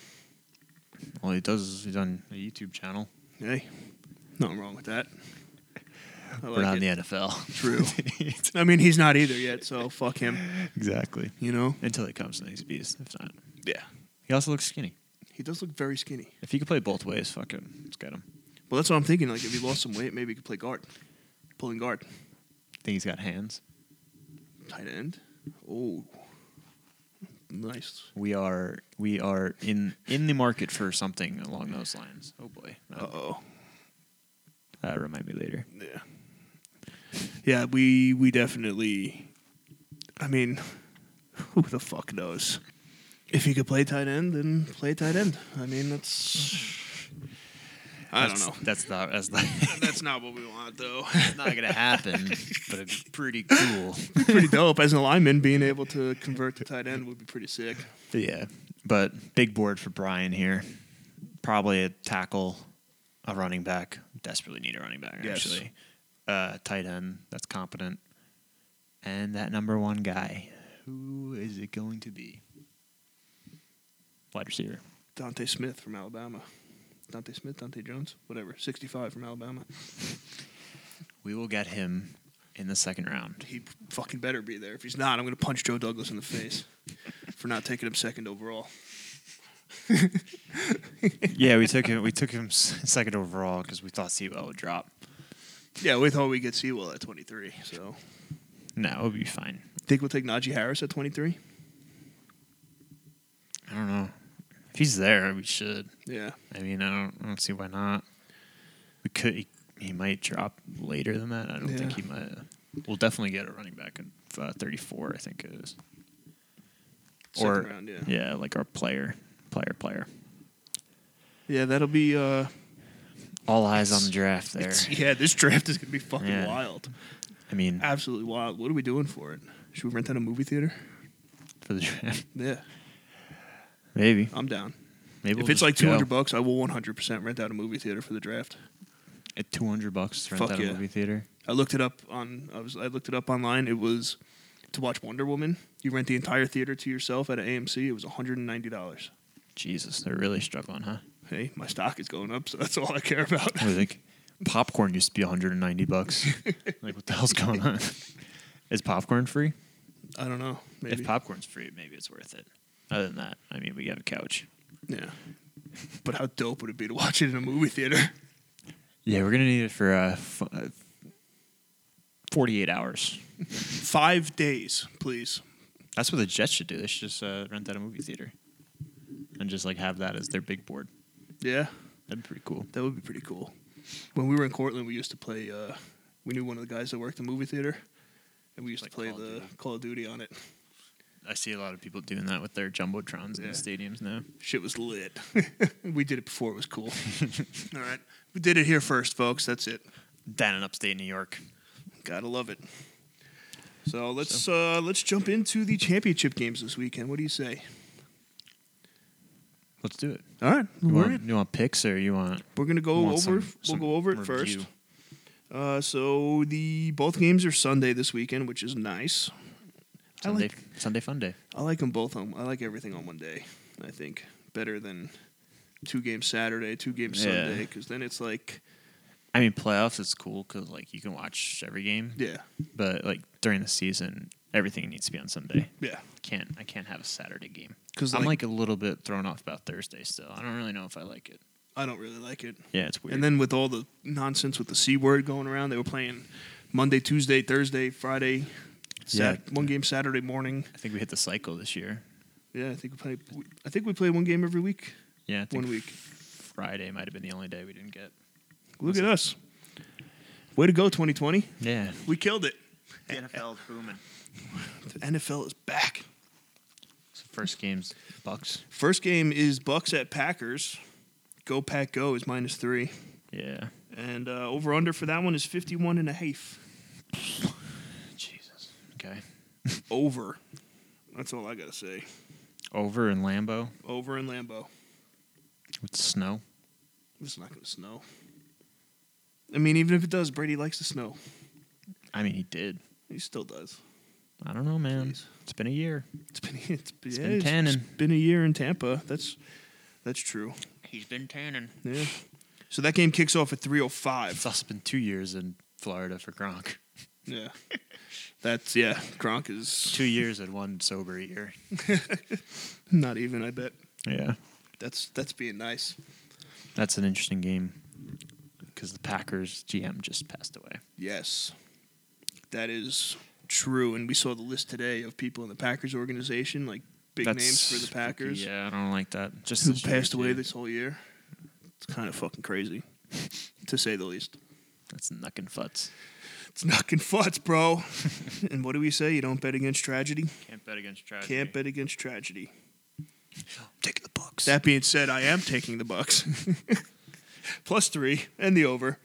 S1: All he does is he's on a YouTube channel.
S2: Hey, nothing wrong with that. I
S1: we're not
S2: like it.
S1: in the NFL.
S2: True. I mean, he's not either yet, so fuck him.
S1: exactly.
S2: You know.
S1: Until it comes to the beast, if not.
S2: Yeah.
S1: He also looks skinny.
S2: He does look very skinny.
S1: If he could play both ways, fuck him. Let's get him.
S2: Well, that's what I'm thinking. Like, if he lost some weight, maybe he could play guard, pulling guard,
S1: think he's got hands.
S2: tight end. Oh, nice.
S1: We are we are in in the market for something along those lines. Oh boy.
S2: Uh oh.
S1: Uh, remind me later.
S2: Yeah. Yeah, we we definitely. I mean, who the fuck knows? If he could play tight end, then play tight end. I mean, that's. I don't
S1: That's-
S2: know.
S1: That's not that's not,
S2: That's not what we want, though.
S1: not gonna happen. but it's pretty cool.
S2: pretty dope as an lineman being able to convert to tight end would be pretty sick.
S1: But yeah. But big board for Brian here. Probably a tackle, a running back. Desperately need a running back
S2: Yes.
S1: actually. Uh, tight end that's competent, and that number one guy. Who is it going to be? Wide receiver.
S2: Dante Smith from Alabama. Dante Smith, Dante Jones, whatever. 65 from Alabama.
S1: We will get him in the second round.
S2: He fucking better be there. If he's not, I'm going to punch Joe Douglas in the face for not taking him second overall.
S1: yeah, we took him. We took him s- second overall because we thought Sewell would drop.
S2: Yeah, we thought we'd get Sewell at 23. So,
S1: No, it'll be fine.
S2: think we'll take Najee Harris at 23?
S1: I don't know if he's there. We should.
S2: Yeah.
S1: I mean, I don't. I don't see why not. We could. He, he might drop later than that. I don't think
S2: Yeah.
S1: he might. We'll definitely get a running back in uh, 34. I think it is.
S2: Second
S1: or
S2: round, yeah.
S1: yeah, like our player, player, player.
S2: Yeah, that'll be. uh
S1: All eyes on the draft there.
S2: it's- Yeah, this draft is going to be fucking
S1: Yeah.
S2: wild.
S1: I mean,
S2: Absolutely wild. What are we doing for it? Should we rent out a movie theater?
S1: for the draft,
S2: Yeah,
S1: maybe.
S2: I'm down.
S1: Maybe
S2: if
S1: we'll
S2: it's
S1: just
S2: like
S1: go.
S2: 200 bucks, I will 100% rent out a movie theater for the draft.
S1: at 200 bucks to rent
S2: Fuck
S1: out a
S2: yeah.
S1: movie theater.
S2: I looked it up on I was I looked it up online. It was to watch Wonder Woman. You rent the entire theater to yourself at an AMC. It was one hundred and ninety dollars.
S1: Jesus, they're really struggling, huh?
S2: Hey, my stock is going up, so that's all I care about.
S1: I think popcorn used to be 190 bucks. like, what the hell's going on? Is popcorn free?
S2: I don't know. Maybe.
S1: If popcorn's free, maybe it's worth it. Other than that, I mean, we got a couch.
S2: yeah. But how dope would it be to watch it in a movie theater?
S1: Yeah, we're gonna need it for uh, f- uh, 48 hours.
S2: Five days, please.
S1: That's what the Jets should do. They should just uh, rent out a movie theater and just like have that as their big board.
S2: Yeah,
S1: That'd be pretty cool.
S2: that would be pretty cool. When we were in Cortland, we used to play. Uh, we knew one of the guys that worked the movie theater, and we used
S1: Like
S2: to play
S1: Call of
S2: the
S1: Duty.
S2: Call of Duty on it.
S1: I see a lot of people doing that with their jumbotrons in
S2: Yeah.
S1: the stadiums now.
S2: Shit was lit. we did it before it was cool. All right. We did it here first, folks. That's it.
S1: Down in upstate New York.
S2: Gotta love it. So let's uh let's jump into the championship games this weekend. What do you say?
S1: Let's do it.
S2: All right.
S1: You
S2: We're,
S1: want, you want picks or you want?
S2: we're gonna go
S1: you
S2: over
S1: want some-
S2: we'll
S1: some
S2: go over it
S1: review?
S2: first. Uh so the both games are Sunday this weekend, which is nice.
S1: Sunday,
S2: I like
S1: Sunday Fun Day.
S2: I like them both on I like everything on one day, I think. Better than two games Saturday, two games
S1: Yeah.
S2: Sunday, because then it's like
S1: I mean, playoffs is cool because like you can watch every game,
S2: yeah,
S1: but like during the season, everything needs to be on Sunday.
S2: yeah.
S1: Can't I can't have a Saturday game
S2: 'Cause,
S1: I'm like
S2: like-
S1: a little bit thrown off about Thursday still. I don't really know if I like it.
S2: I don't really like it.
S1: Yeah, it's weird.
S2: And then with all the nonsense with the C word going around, they were playing Monday, Tuesday, Thursday, Friday, Sat-
S1: Yeah.
S2: one game Saturday morning.
S1: I think we hit the cycle this year.
S2: Yeah, I think we play. we- I think we play one game every week.
S1: Yeah, I think
S2: One week.
S1: Friday might have been the only day we didn't get.
S2: Look at us. Way to go, 2020.
S1: Yeah.
S2: We killed it.
S1: The NFL is booming.
S2: The NFL is back.
S1: So first game's Bucks.
S2: First game is Bucks at Packers. Go Pack Go is minus three.
S1: Yeah.
S2: And uh, over under for that one is 51 and a half.
S1: Jesus. Okay.
S2: Over. That's all I got to say.
S1: Over in Lambeau
S2: Over in Lambeau.
S1: with snow.
S2: It's not going to snow. I mean, even if it does, Brady likes the snow.
S1: I mean, he did.
S2: He still does.
S1: I don't know, man.
S2: Jeez.
S1: It's been a year.
S2: It's been it's been,
S1: It's
S2: yeah,
S1: been tanning.
S2: it's been a year in Tampa. That's that's true.
S1: He's been tanning.
S2: Yeah. So that game kicks off at 3:05.
S1: It's also been two years in Florida for Gronk.
S2: Yeah. That's yeah. Gronk is
S1: Two years and one sober year.
S2: not even. I bet.
S1: Yeah.
S2: That's that's being nice.
S1: That's an interesting game because the Packers GM just passed away.
S2: Yes. That is true. And we saw the list today of people in the Packers organization, like big
S1: That's
S2: names for the
S1: spooky.
S2: Packers
S1: Yeah, I don't like that. Just
S2: who
S1: this year,
S2: passed away
S1: too.
S2: this whole year. It's kind of fucking crazy, to say the least.
S1: That's knuckin' futz.
S2: It's knocking futz, bro. and what do we say? You don't bet against tragedy.
S1: Can't bet against tragedy.
S2: Can't bet against tragedy.
S1: Take the Bucks.
S2: That being said, I am taking the Bucks plus three and the over.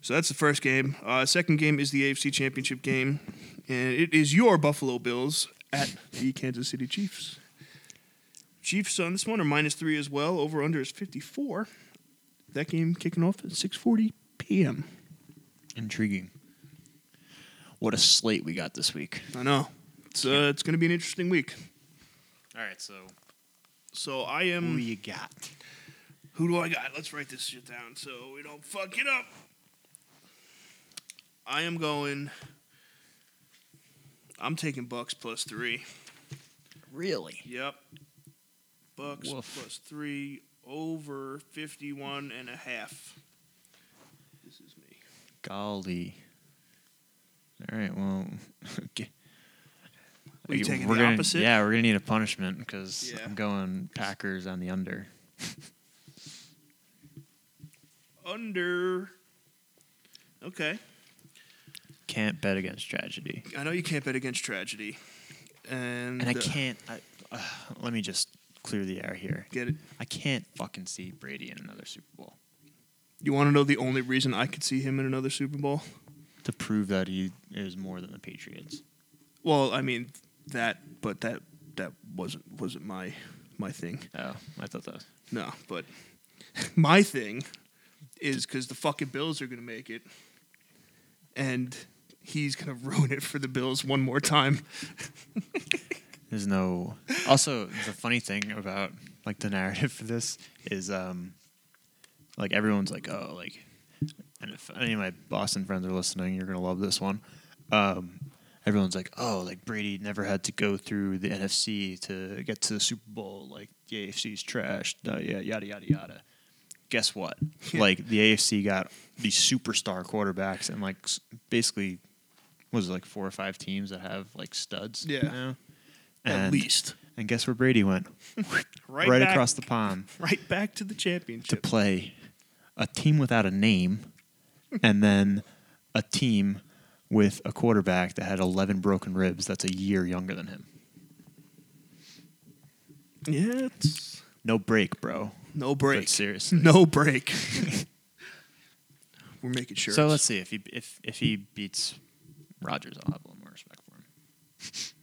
S2: So that's the first game. Uh, second game is the AFC Championship game, and it is your Buffalo Bills at the Kansas City Chiefs. Chiefs on this one are minus three as well. Over under is fifty four. That game kicking off at six forty p.m.
S1: Intriguing. What a slate we got this week.
S2: I know. It's uh, it's going to be an interesting week.
S1: All right, so
S2: So I am.
S1: who you got?
S2: Who do I got? Let's write this shit down so we don't fuck it up. I am going. I'm taking Bucks plus three.
S1: Really?
S2: Yep. Bucks
S1: Woof.
S2: plus three over 51 and a half. This is me.
S1: Golly. All right, well, okay.
S2: Are you
S1: Okay,
S2: taking
S1: we're
S2: the
S1: gonna-
S2: opposite?
S1: Yeah, we're gonna need a punishment because
S2: Yeah.
S1: I'm going Packers on the under.
S2: Under. Okay.
S1: Can't bet against tragedy,
S2: I know you can't bet against tragedy. And,
S1: and I
S2: uh,
S1: can't. I, uh, let me just clear the air here.
S2: get it.
S1: I can't fucking see Brady in another Super Bowl
S2: You want to know the only reason I could see him in another Super Bowl?
S1: to prove that he is more than the Patriots.
S2: Well, I mean that, but that that wasn't wasn't my my thing.
S1: Oh, I thought that. Was,
S2: No, but my thing is because the fucking Bills are gonna make it, and he's gonna ruin it for the Bills one more time.
S1: There's no. Also, the funny thing about like the narrative for this is, um, like everyone's like, oh, like, and if any of my Boston friends are listening, you're gonna love this one. Um, everyone's like, oh, like Brady never had to go through the NFC to get to the Super Bowl. Like the AFC's trash. Uh, yeah, yada yada yada. Guess what? Like the AFC got these superstar quarterbacks and like s- basically was it, like four or five teams that have like studs.
S2: Yeah.
S1: now?
S2: At
S1: And-
S2: least
S1: And guess where Brady went?
S2: right,
S1: right
S2: back,
S1: across the pond
S2: right back to the
S1: to
S2: championship.
S1: play a team without a name and then a team with a quarterback that had 11 broken ribs that's a year younger than him.
S2: yeah, it's
S1: No break, bro.
S2: no
S1: But
S2: break,
S1: seriously.
S2: no break. We're making sure.
S1: So
S2: it's-
S1: let's see if he if if he beats Rodgers, I'll have a little more respect for him.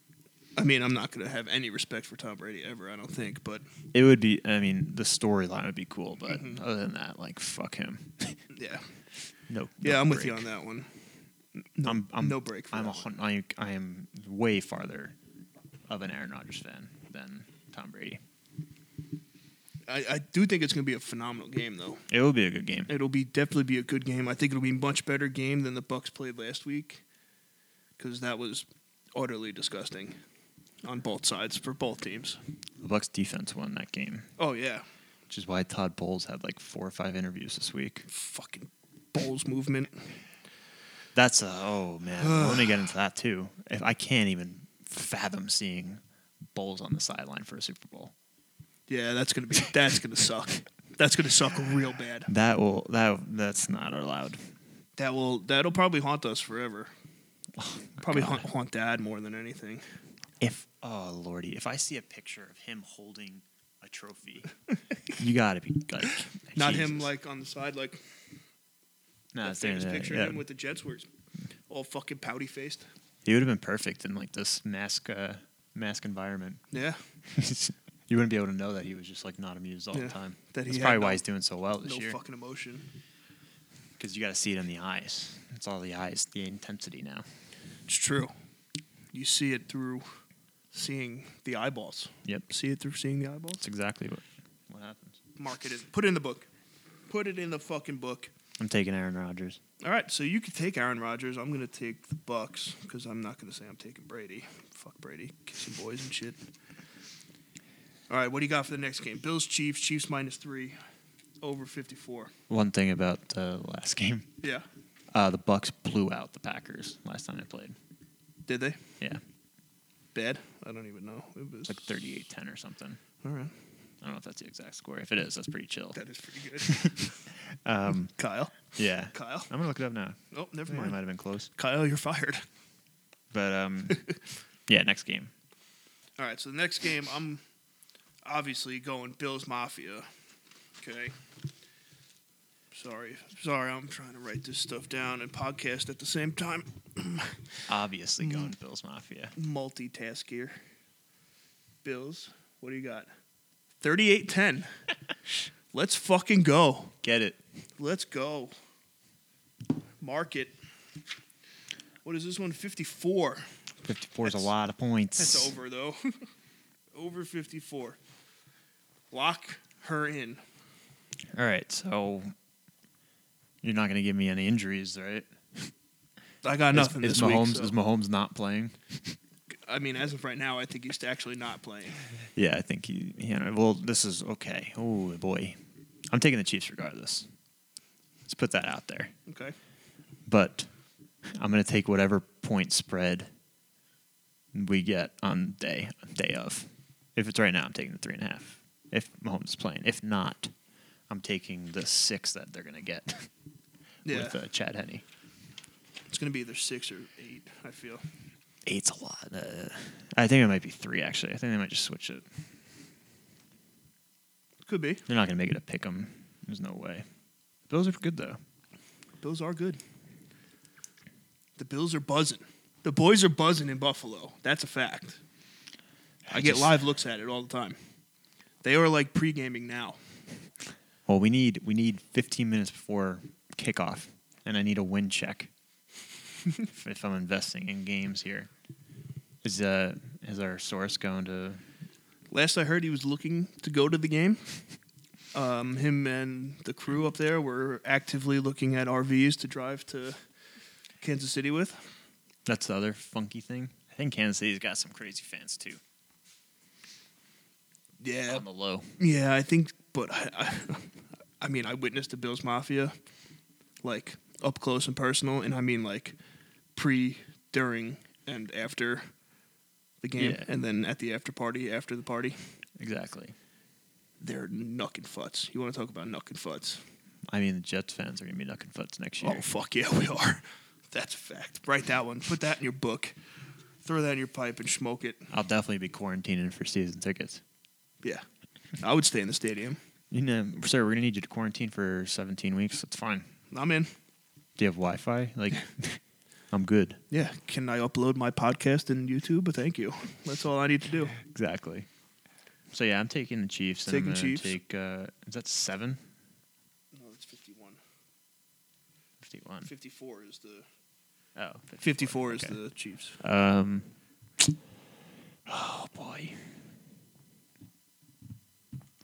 S2: I mean, I'm not gonna have any respect for Tom Brady ever. I don't think, but
S1: It would be I mean, the storyline would be cool, but
S2: Mm-hmm.
S1: other than that, like fuck him.
S2: yeah,
S1: No.
S2: yeah,
S1: no
S2: I'm with
S1: break.
S2: you on that one. No,
S1: I'm, I'm
S2: no break. For
S1: I'm a
S2: that one.
S1: hun- I, I am way farther of an Aaron Rodgers fan than Tom Brady.
S2: I, I do think it's going to be a phenomenal game, though.
S1: It will be a good game.
S2: It'll be definitely be a good game. I think it'll be a much better game than the Bucks played last week, because that was utterly disgusting on both sides for both teams.
S1: The Bucks defense won that game,
S2: Oh yeah,
S1: which is why Todd Bowles had like four or five interviews this week.
S2: fucking Bulls movement.
S1: That's a oh man. Let me get into that too. If I can't even fathom seeing Bowles on the sideline for a Super Bowl.
S2: Yeah, that's going to be that's going to suck. That's going to suck real bad.
S1: That will that that's not allowed.
S2: that will that'll probably haunt us forever. Probably haunt, haunt dad more than anything.
S1: If oh lordy, if I see a picture of him holding a trophy, you gotta be like,
S2: Not him
S1: Jesus.
S2: like on the side like
S1: no,
S2: that
S1: it's the
S2: famous
S1: internet,
S2: picture
S1: yeah.
S2: of him with the Jets where he's all fucking pouty faced.
S1: He would have been perfect in like this mask uh, mask environment.
S2: Yeah.
S1: you wouldn't be able to know that he was just like not amused all
S2: Yeah,
S1: the time.
S2: that he
S1: That's
S2: had
S1: probably
S2: no-
S1: why he's doing so well this
S2: No
S1: year
S2: fucking emotion.
S1: because you got to see it in the eyes. It's all the eyes, the intensity now.
S2: It's true. You see it through seeing the eyeballs.
S1: Yep,
S2: See it through seeing the eyeballs.
S1: that's exactly what what happens.
S2: Mark it. In, put it in the book. Put it in the fucking book.
S1: I'm taking Aaron Rodgers.
S2: All right, so you can take Aaron Rodgers. I'm gonna take the Bucks because I'm not gonna say I'm taking Brady. Fuck Brady, kissing boys and shit. All right, what do you got for the next game? Bills Chiefs. Chiefs minus three, over 54.
S1: One thing about uh, the last game,
S2: Yeah,
S1: uh, the Bucks blew out the Packers last time they played.
S2: did they?
S1: Yeah,
S2: Bad. I don't even know. It was
S1: it's like 38-10 or something.
S2: All right,
S1: I don't know if that's the exact score. If it is, that's pretty chill.
S2: that is pretty good.
S1: Um,
S2: Kyle.
S1: yeah,
S2: Kyle.
S1: I'm gonna look it up now.
S2: Oh, never
S1: I think it
S2: mind.
S1: might have been close,
S2: Kyle, you're fired.
S1: but um, yeah, next game.
S2: All right, so the next game, I'm obviously going Bills Mafia. Okay. Sorry, sorry, I'm trying to write this stuff down and podcast at the same time.
S1: Obviously, going Bills Mafia.
S2: Multitask here. Bills, what do you got? 38-10. Let's fucking go.
S1: Get it.
S2: Let's go. Mark it. What is this one? 54.
S1: 54 is a
S2: That's-
S1: lot of points.
S2: That's over though. over 54. Lock her in.
S1: All right, so you're not going to give me any injuries, right?
S2: I got
S1: Is-
S2: nothing
S1: Is,
S2: this
S1: Mahomes
S2: week. so-
S1: is Mahomes not playing?
S2: I mean, as of right now, I think he's actually not playing.
S1: Yeah, I think he. You know, well, this is okay. Oh boy, I'm taking the Chiefs regardless. Let's put that out there.
S2: Okay.
S1: But I'm going to take whatever point spread we get on day day of. If it's right now, I'm taking the three and a half. If Mahomes is playing, if not, I'm taking the six that they're going to get
S2: Yeah.
S1: with uh, Chad Henney.
S2: It's going to be either six or eight, I feel.
S1: Eight's a lot. Uh, I think it might be three actually. I think they might just switch it.
S2: Could be.
S1: They're not going to make it a pick 'em. There's no way. Bills are good though.
S2: Bills are good. The Bills are buzzing. The boys are buzzing in Buffalo. That's a fact. I, get
S1: just-
S2: live looks at it all the time. They are like pre gaming now.
S1: Well, we need we need 15 minutes before kickoff, and I need a win check if, if I'm investing in games here. Is uh is our source going to?
S2: Last I heard, he was looking to go to the game. Um, him and the crew up there were actively looking at RVs to drive to Kansas City with.
S1: That's the other funky thing. I think Kansas City's got some crazy fans too.
S2: Yeah,
S1: On the low,
S2: Yeah, I think, but I, I, I mean, I witnessed the Bills Mafia, like up close and personal, and I mean like pre, during, and after the game,
S1: Yeah.
S2: and then at the after party, after the party,
S1: exactly.
S2: they're knucking futs. You want to talk about knucking futs?
S1: I mean, the Jets fans are gonna be knucking foots next year.
S2: Oh fuck yeah, we are. That's a fact. Write that one. Put that in your book. Throw that in your pipe and smoke it.
S1: I'll definitely be quarantining for season tickets.
S2: Yeah, I would stay in the stadium.
S1: You know, sir, we're gonna need you to quarantine for 17 weeks. That's fine.
S2: I'm in.
S1: Do you have Wi-Fi? Like, I'm good.
S2: Yeah, can I upload my podcast in YouTube? Thank you. That's all I need to do.
S1: Exactly. So yeah, I'm taking the Chiefs. And
S2: Taking
S1: I'm gonna
S2: Chiefs.
S1: Take uh, is that seven?
S2: No, that's 51.
S1: Fifty-one.
S2: 54 is the
S1: Oh,
S2: 54 is
S1: okay.
S2: the Chiefs.
S1: Um. Oh boy.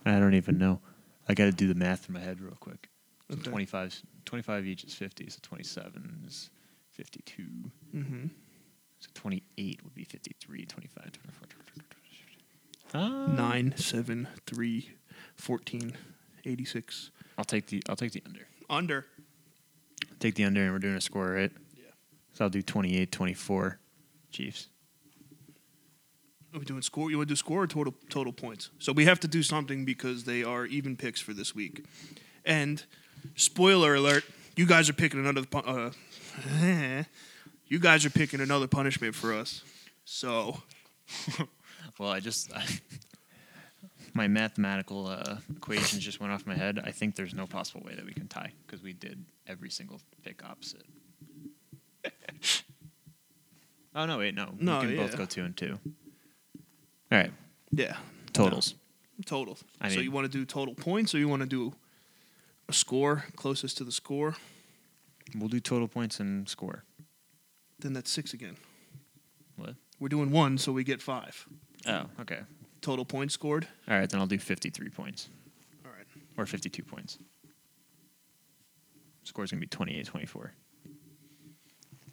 S1: I don't even know. I got to do the math in my head real quick. So
S2: Okay.
S1: 25, 25 each is fifty. So twenty-seven is fifty-two.
S2: Mm-hmm.
S1: So twenty-eight would be fifty-three. Twenty-five. 24, 25. Uh,
S2: 9 7 3 14 86
S1: I'll take the I'll take the under.
S2: under.
S1: Take the under, and we're doing a score, right?
S2: Yeah.
S1: So I'll do 28 24 Chiefs.
S2: Are we doing score? You want to do score or total total points? So we have to do something because they are even picks for this week. And spoiler alert, you guys are picking another. pu- Uh, you guys are picking another punishment for us. So
S1: Well, I just my mathematical uh, equations just went off my head. I think there's no possible way that we can tie because we did every single pick opposite. oh no! Wait, no.
S2: No,
S1: we can both
S2: yeah.
S1: go two and two. All right,
S2: yeah,
S1: totals.
S2: total.
S1: I
S2: so
S1: mean-
S2: you want to do total points, or you want to do a score closest to the score?
S1: We'll do total points and score.
S2: Then that's six again.
S1: What?
S2: We're doing one, so we get five
S1: Oh, okay.
S2: total points scored.
S1: All right, then I'll do 53 points
S2: All right.
S1: or 52 points. Score's gonna be 28, 24.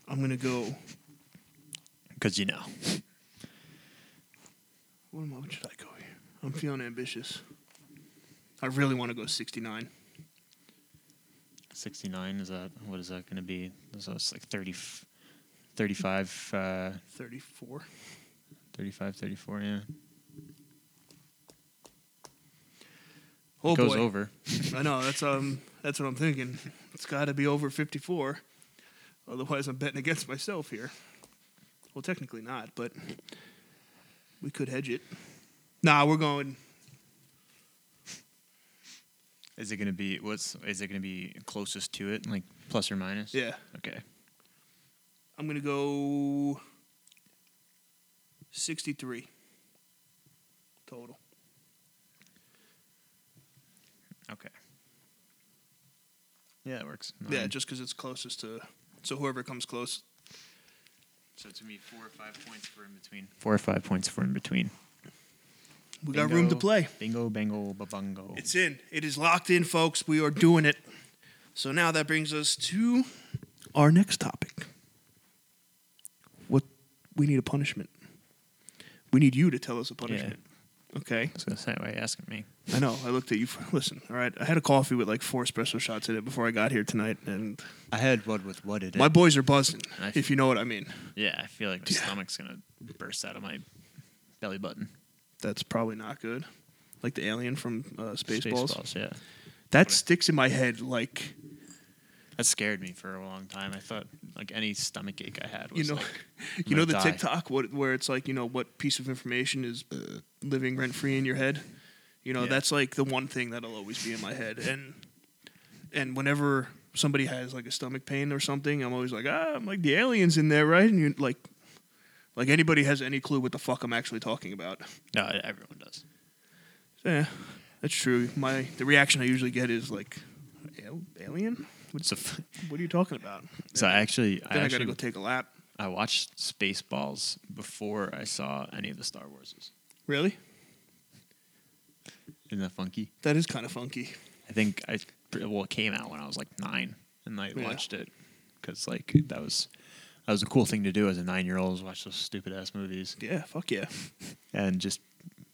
S2: I'm gonna go.
S1: Because you know.
S2: What, am I, what should I go here? I'm feeling ambitious. I really want to go 69.
S1: 69 is that what is that going to be so it's like 30 35 uh
S2: 34.
S1: 35 34 yeah
S2: Oh
S1: goes
S2: boy.
S1: over
S2: I know that's um that's what I'm thinking. It's got to be over 54, otherwise I'm betting against myself here. Well, technically not, but we could hedge it. Nah, we're going.
S1: is it going to be what's is it going to be closest to it like plus or minus
S2: Yeah,
S1: okay
S2: I'm gonna go 63 total.
S1: okay yeah it works
S2: Yeah,
S1: Nine.
S2: just because it's closest to. So whoever comes close.
S1: so it's going to be four or five points for in between four or five points for in between
S2: We got room to
S1: Bingo.
S2: play.
S1: bingo bango babungo
S2: It's in. It is locked in, folks. We are doing it. So now that brings us to our next topic. What we need a punishment. We need you to tell us a punishment. Okay.
S1: I was going to say why are you asking me
S2: I know. I looked at you. For, listen. All right. I had a coffee with like four espresso shots in it before I got here tonight, and
S1: I had what with what it
S2: my boys are buzzing.
S1: Nice.
S2: If you know what I mean.
S1: yeah I feel like my
S2: Yeah.
S1: stomach's going to burst out of my belly button
S2: That's probably not good. Like the alien from uh, Spaceballs.
S1: Spaceballs yeah
S2: That sticks in my head like
S1: That scared me for a long time. I thought like any stomach ache I had
S2: you
S1: was
S2: know,
S1: like
S2: you know
S1: gonna die.
S2: the TikTok what, where it's like you know what piece of information is uh, living rent free in your head. You know
S1: Yeah.
S2: that's like the one thing that'll always be in my head, and and whenever somebody has like a stomach pain or something, I'm always like ah, I'm like the aliens in there, right? And you like, like anybody has any clue what the fuck I'm actually talking about?
S1: no, everyone does.
S2: Yeah, that's true. My the reaction I usually get is like, "Al- alien? What,
S1: So, f-
S2: what are you talking about?
S1: so I actually, I
S2: then I
S1: actually,
S2: gotta go take a lap.
S1: I watched Spaceballs before I saw any of the Star Warses.
S2: Really?
S1: Isn't that funky?
S2: That is kind of funky.
S1: I think I well, it came out when I was like nine, and I
S2: Yeah.
S1: watched it because like that was that was a cool thing to do as a nine year old is watch those stupid ass movies
S2: Yeah, fuck yeah.
S1: and just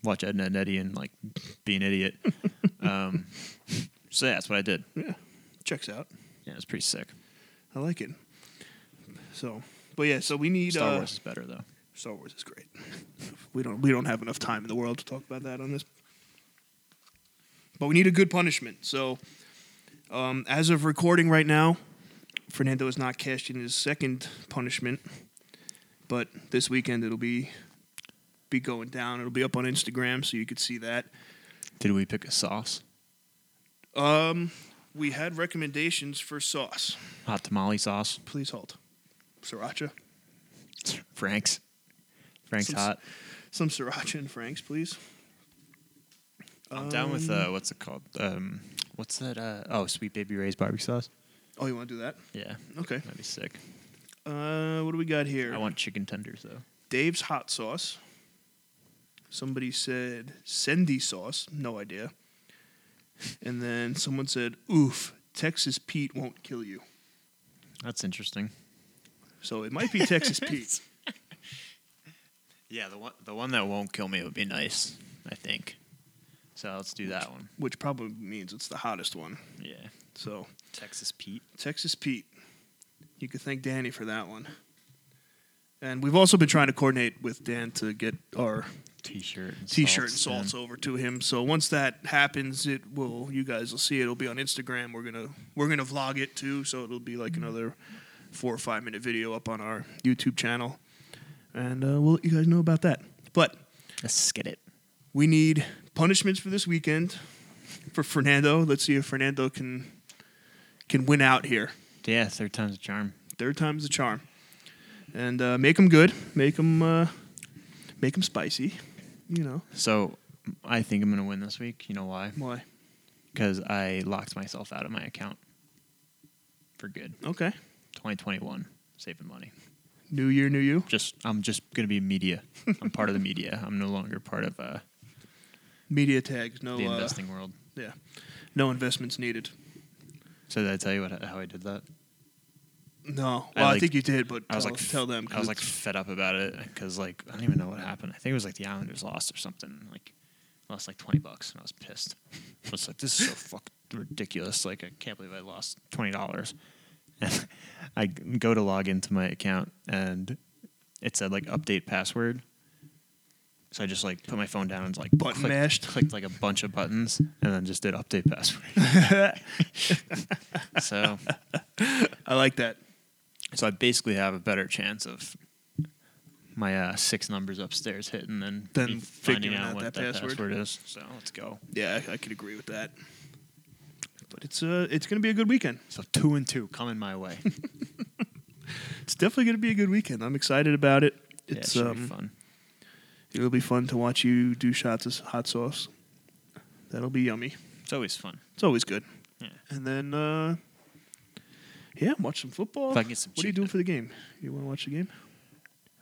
S1: watch Edna and Eddie and like be an idiot. um, so yeah, that's what I did.
S2: Yeah, checks out.
S1: Yeah, it was pretty sick.
S2: I like it. So, but yeah, so we need
S1: Star
S2: uh,
S1: Wars is better though.
S2: Star Wars is great. We don't we don't have enough time in the world to talk about that on this. But we need a good punishment. So, um, as of recording right now, Fernando has not cashed in his second punishment. But this weekend it'll be be going down. It'll be up on Instagram, so you could see that.
S1: Did we pick a sauce?
S2: Um, we had recommendations for sauce.
S1: Hot tamale sauce.
S2: Please halt. Sriracha.
S1: Frank's. Frank's
S2: Some s-
S1: hot.
S2: some sriracha and franks, please.
S1: I'm down with uh,
S2: Um,
S1: what's it called? Um, what's that? Uh, oh, sweet baby Ray's barbecue sauce.
S2: Oh, you want to do that?
S1: Yeah,
S2: Okay.
S1: that'd be sick.
S2: Uh, what do we got here?
S1: I want chicken tenders though.
S2: Dave's hot sauce. Somebody said Sendy sauce. No idea. And then someone said, "Oof, Texas Pete won't kill you."
S1: That's interesting.
S2: So it might be Texas Pete.
S1: Yeah, the one the one that won't kill me would be nice. I think. So let's do that one.
S2: which probably means it's the hottest one.
S1: Yeah,
S2: So
S1: Texas Pete.
S2: Texas Pete. You could thank Danny for that one. And we've also been trying to coordinate with Dan to get our
S1: T-shirt, and
S2: t-shirt and
S1: salts,
S2: salts over to him. So once that happens, it will. You guys will see it. It'll be on Instagram. We're gonna we're gonna vlog it too. So it'll be like another four or five minute video up on our YouTube channel, and uh, we'll let you guys know about that. But
S1: Let's get it.
S2: we need punishments for this weekend for Fernando. Let's see if Fernando can can win out here.
S1: Yeah, third time's a charm.
S2: Third time's the charm, and uh, make them good. Make them uh, make them spicy. You know
S1: So I think I'm gonna win this week. You know why?
S2: why?
S1: Because I locked myself out of my account for good.
S2: Okay.
S1: 2021, saving money.
S2: New year, new you.
S1: Just I'm just gonna be media. I'm part of the media. I'm no longer part of uh,
S2: Media tags, no
S1: the
S2: uh,
S1: investing world.
S2: yeah, no investments needed.
S1: So did I tell you what, how I did that?
S2: No, well,
S1: I
S2: I,
S1: like-
S2: think you did, but
S1: I was
S2: tell-
S1: like, f-
S2: tell them. 'cause
S1: I was like
S2: it's-
S1: fed up about it because like I don't even know what happened. I think it was like the Islanders lost or something. Like lost like twenty bucks, and I was pissed. I was like, this is so fucking ridiculous. Like I can't believe I lost twenty dollars. And I go to log into my account, and it said like update password. So I just like put my phone down and like
S2: Button
S1: clicked-
S2: mashed.
S1: clicked like a bunch of buttons, and then just did update password. so
S2: I like that.
S1: so I basically have a better chance of my uh, six numbers upstairs hitting than
S2: Than
S1: me
S2: figuring
S1: finding out,
S2: out
S1: what
S2: that
S1: that,
S2: password.
S1: password. is. So let's go.
S2: Yeah, I, I could agree with that. But it's uh, it's gonna be a good weekend.
S1: So two and two coming my way.
S2: It's definitely gonna be a good weekend. I'm excited about it.
S1: yeah, it
S2: It's
S1: should be
S2: um,
S1: fun.
S2: it'll be fun to watch you do shots of hot sauce. That'll be yummy.
S1: It's always fun.
S2: It's always good.
S1: Yeah.
S2: And then, uh, yeah, watch some football.
S1: If I can get some
S2: what are you
S1: cheap
S2: doing
S1: dip.
S2: for the game? You want to watch the game?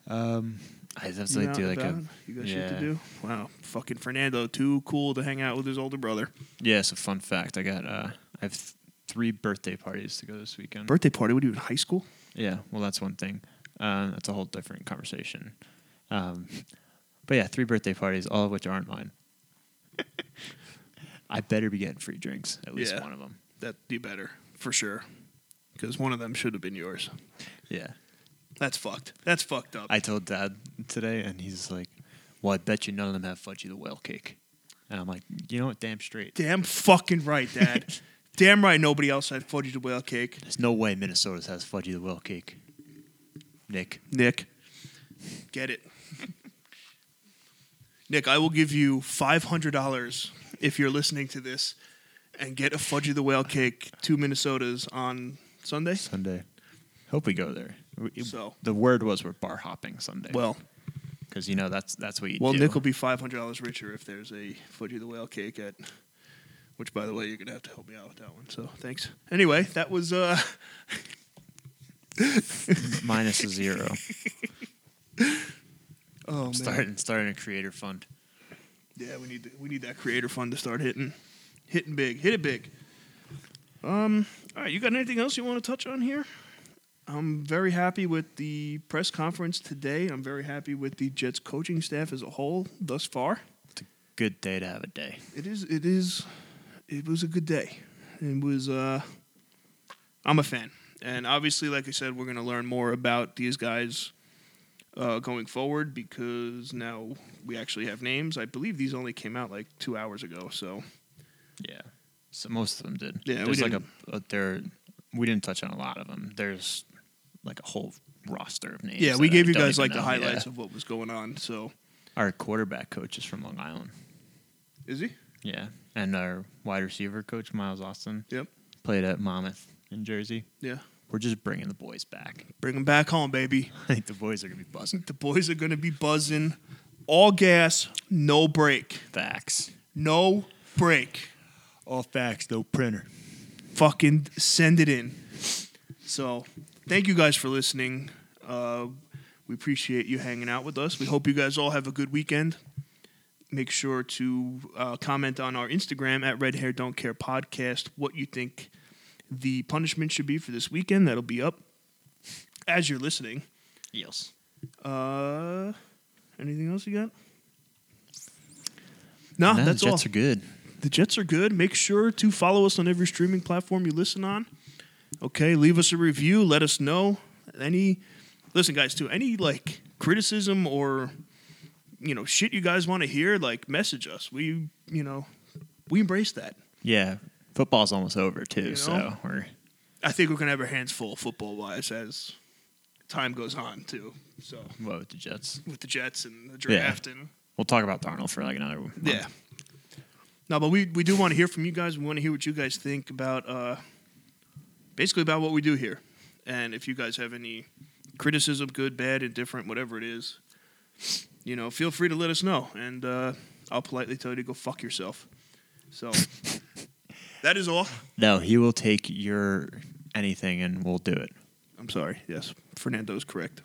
S1: Um, I have
S2: You
S1: to
S2: out
S1: do
S2: and
S1: like a
S2: about? you got shit to
S1: yeah.
S2: do. Wow, fucking Fernando, too cool to hang out with his older brother.
S1: yeah. It's a fun fact. I got uh, I have th- three birthday parties to go this weekend.
S2: Birthday party? What are you in high school?
S1: Yeah, well, that's one thing. Um, that's a whole different conversation. Um, but yeah, three birthday parties, all of which aren't mine. I better be getting free drinks, at least
S2: Yeah.
S1: one of them.
S2: That'd be better for sure, because one of them should have been yours.
S1: Yeah.
S2: That's fucked. That's fucked up.
S1: I told Dad today, and he's like, Well, I bet you none of them have Fudgy the Whale cake. And I'm like, You know what? Damn straight.
S2: Damn fucking right, Dad. Damn right, nobody else had fudgy the whale cake.
S1: There's no way Minnesota's has Fudgy the Whale cake. Nick.
S2: Nick, get it. Nick, I will give you five hundred dollars if you're listening to this, and get a fudgy the whale cake two Minnesotas on Sunday.
S1: Sunday. Hope we go there. We-
S2: So.
S1: The word was we're bar hopping Sunday.
S2: Well,
S1: because you know that's that's what you
S2: Well,
S1: do.
S2: Nick will be five hundred dollars richer if there's a Fudgy the Whale cake at. Which, by the way, you're gonna have to help me out with that one. So thanks. Anyway, that was uh,
S1: minus a zero.
S2: oh man,
S1: starting starting a creator fund.
S2: yeah, we need to, we need that creator fund to start hitting, hitting big, hit it big. Um, all right, you got anything else you want to touch on here? I'm very happy with the press conference today. I'm very happy with the Jets coaching staff as a whole thus far.
S1: Good day to have a day.
S2: It is. It is. It was a good day. It was. uh I'm a fan, and obviously, like I said, we're going to learn more about these guys uh, going forward because now we actually have names. I believe these only came out like two hours ago, so
S1: Yeah. So most of them did.
S2: Yeah, we
S1: There's like a, a there. We didn't touch on a lot of them. There's like a whole roster of names.
S2: yeah, we
S1: that
S2: gave
S1: I
S2: you
S1: don't
S2: guys
S1: even
S2: like the
S1: know.
S2: highlights
S1: Yeah.
S2: of what was going on. So
S1: Our quarterback coach is from Long Island.
S2: is he?
S1: Yeah, and our wide receiver coach Miles Austin
S2: Yep.
S1: played at Monmouth in Jersey.
S2: Yeah.
S1: We're just bringing the boys back.
S2: Bring them back home, baby.
S1: I think the boys are gonna be buzzing.
S2: The boys are going to be buzzing, all gas, no break,
S1: Facts.
S2: no break.
S1: All facts, no printer.
S2: fucking send it in. So, thank you guys for listening. Uh, we appreciate you hanging out with us. We hope you guys all have a good weekend. Make sure to uh, comment on our Instagram at Red Hair Don't Care Podcast what you think the punishment should be for this weekend. That'll be up as you're listening.
S1: Yes.
S2: Uh, anything else you got? No,
S1: No,
S2: Ah, that's
S1: the Jets
S2: all
S1: are good.
S2: the Jets are good. Make sure to follow us on every streaming platform you listen on. Okay, leave us a review. Let us know any Listen, guys, too, any like criticism or you know shit you guys want to hear, like message us. We you know we embrace that.
S1: Yeah, football's almost over too,
S2: You
S1: so
S2: know?
S1: we're
S2: I think we're gonna have our hands full football wise as time goes on too. So
S1: low with the Jets.
S2: with the Jets and the draft and
S1: We'll talk about Darnold for like another. month.
S2: yeah. Um, No, but we, we do want to hear from you guys. We want to hear what you guys think about uh, basically about what we do here. And if you guys have any criticism, good, bad, indifferent, whatever it is, you know, feel free to let us know. And uh, I'll politely tell you to go fuck yourself. So that is all.
S1: No, he will take your anything and we'll do it.
S2: I'm sorry. Yes, Fernando is correct.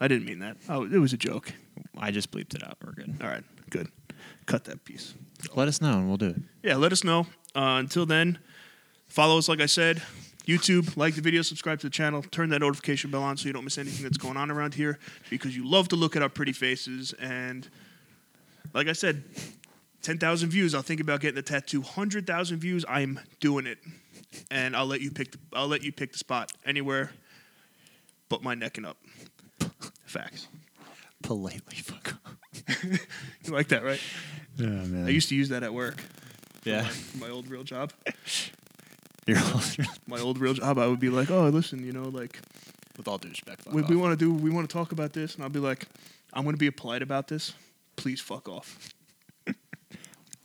S2: I didn't mean that. Oh, it was a joke.
S1: I just bleeped it out. We're good.
S2: All right, good. Cut that piece.
S1: Let us know and we'll do it.
S2: Yeah, let us know. Uh, until then, follow us, like I said, YouTube, like the video, subscribe to the channel, turn that notification bell on so you don't miss anything that's going on around here because you love to look at our pretty faces. And like I said, 10,000 views, I'll think about getting the tattoo. 100,000 views, I'm doing it. And I'll let you pick the, I'll let you pick the spot anywhere but my neck and up. Facts.
S1: Politely fuck off.
S2: You like that, right?
S1: Yeah, man.
S2: I used to use that at work.
S1: yeah.
S2: My- my old real job.
S1: You're all,
S2: my old real job, I would be like, "Oh, listen, you know, like
S1: with all due respect, fuck
S2: we,
S1: off.
S2: we want to do, we want to talk about this," and I'll be like, "I'm going to be polite about this. Please fuck off.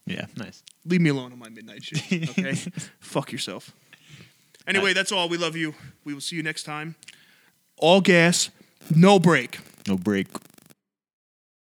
S1: yeah, nice.
S2: Leave me alone on my midnight shift. Okay, fuck yourself." Anyway, that's all. We love you. We will see you next time. All gas, no break.
S1: No break.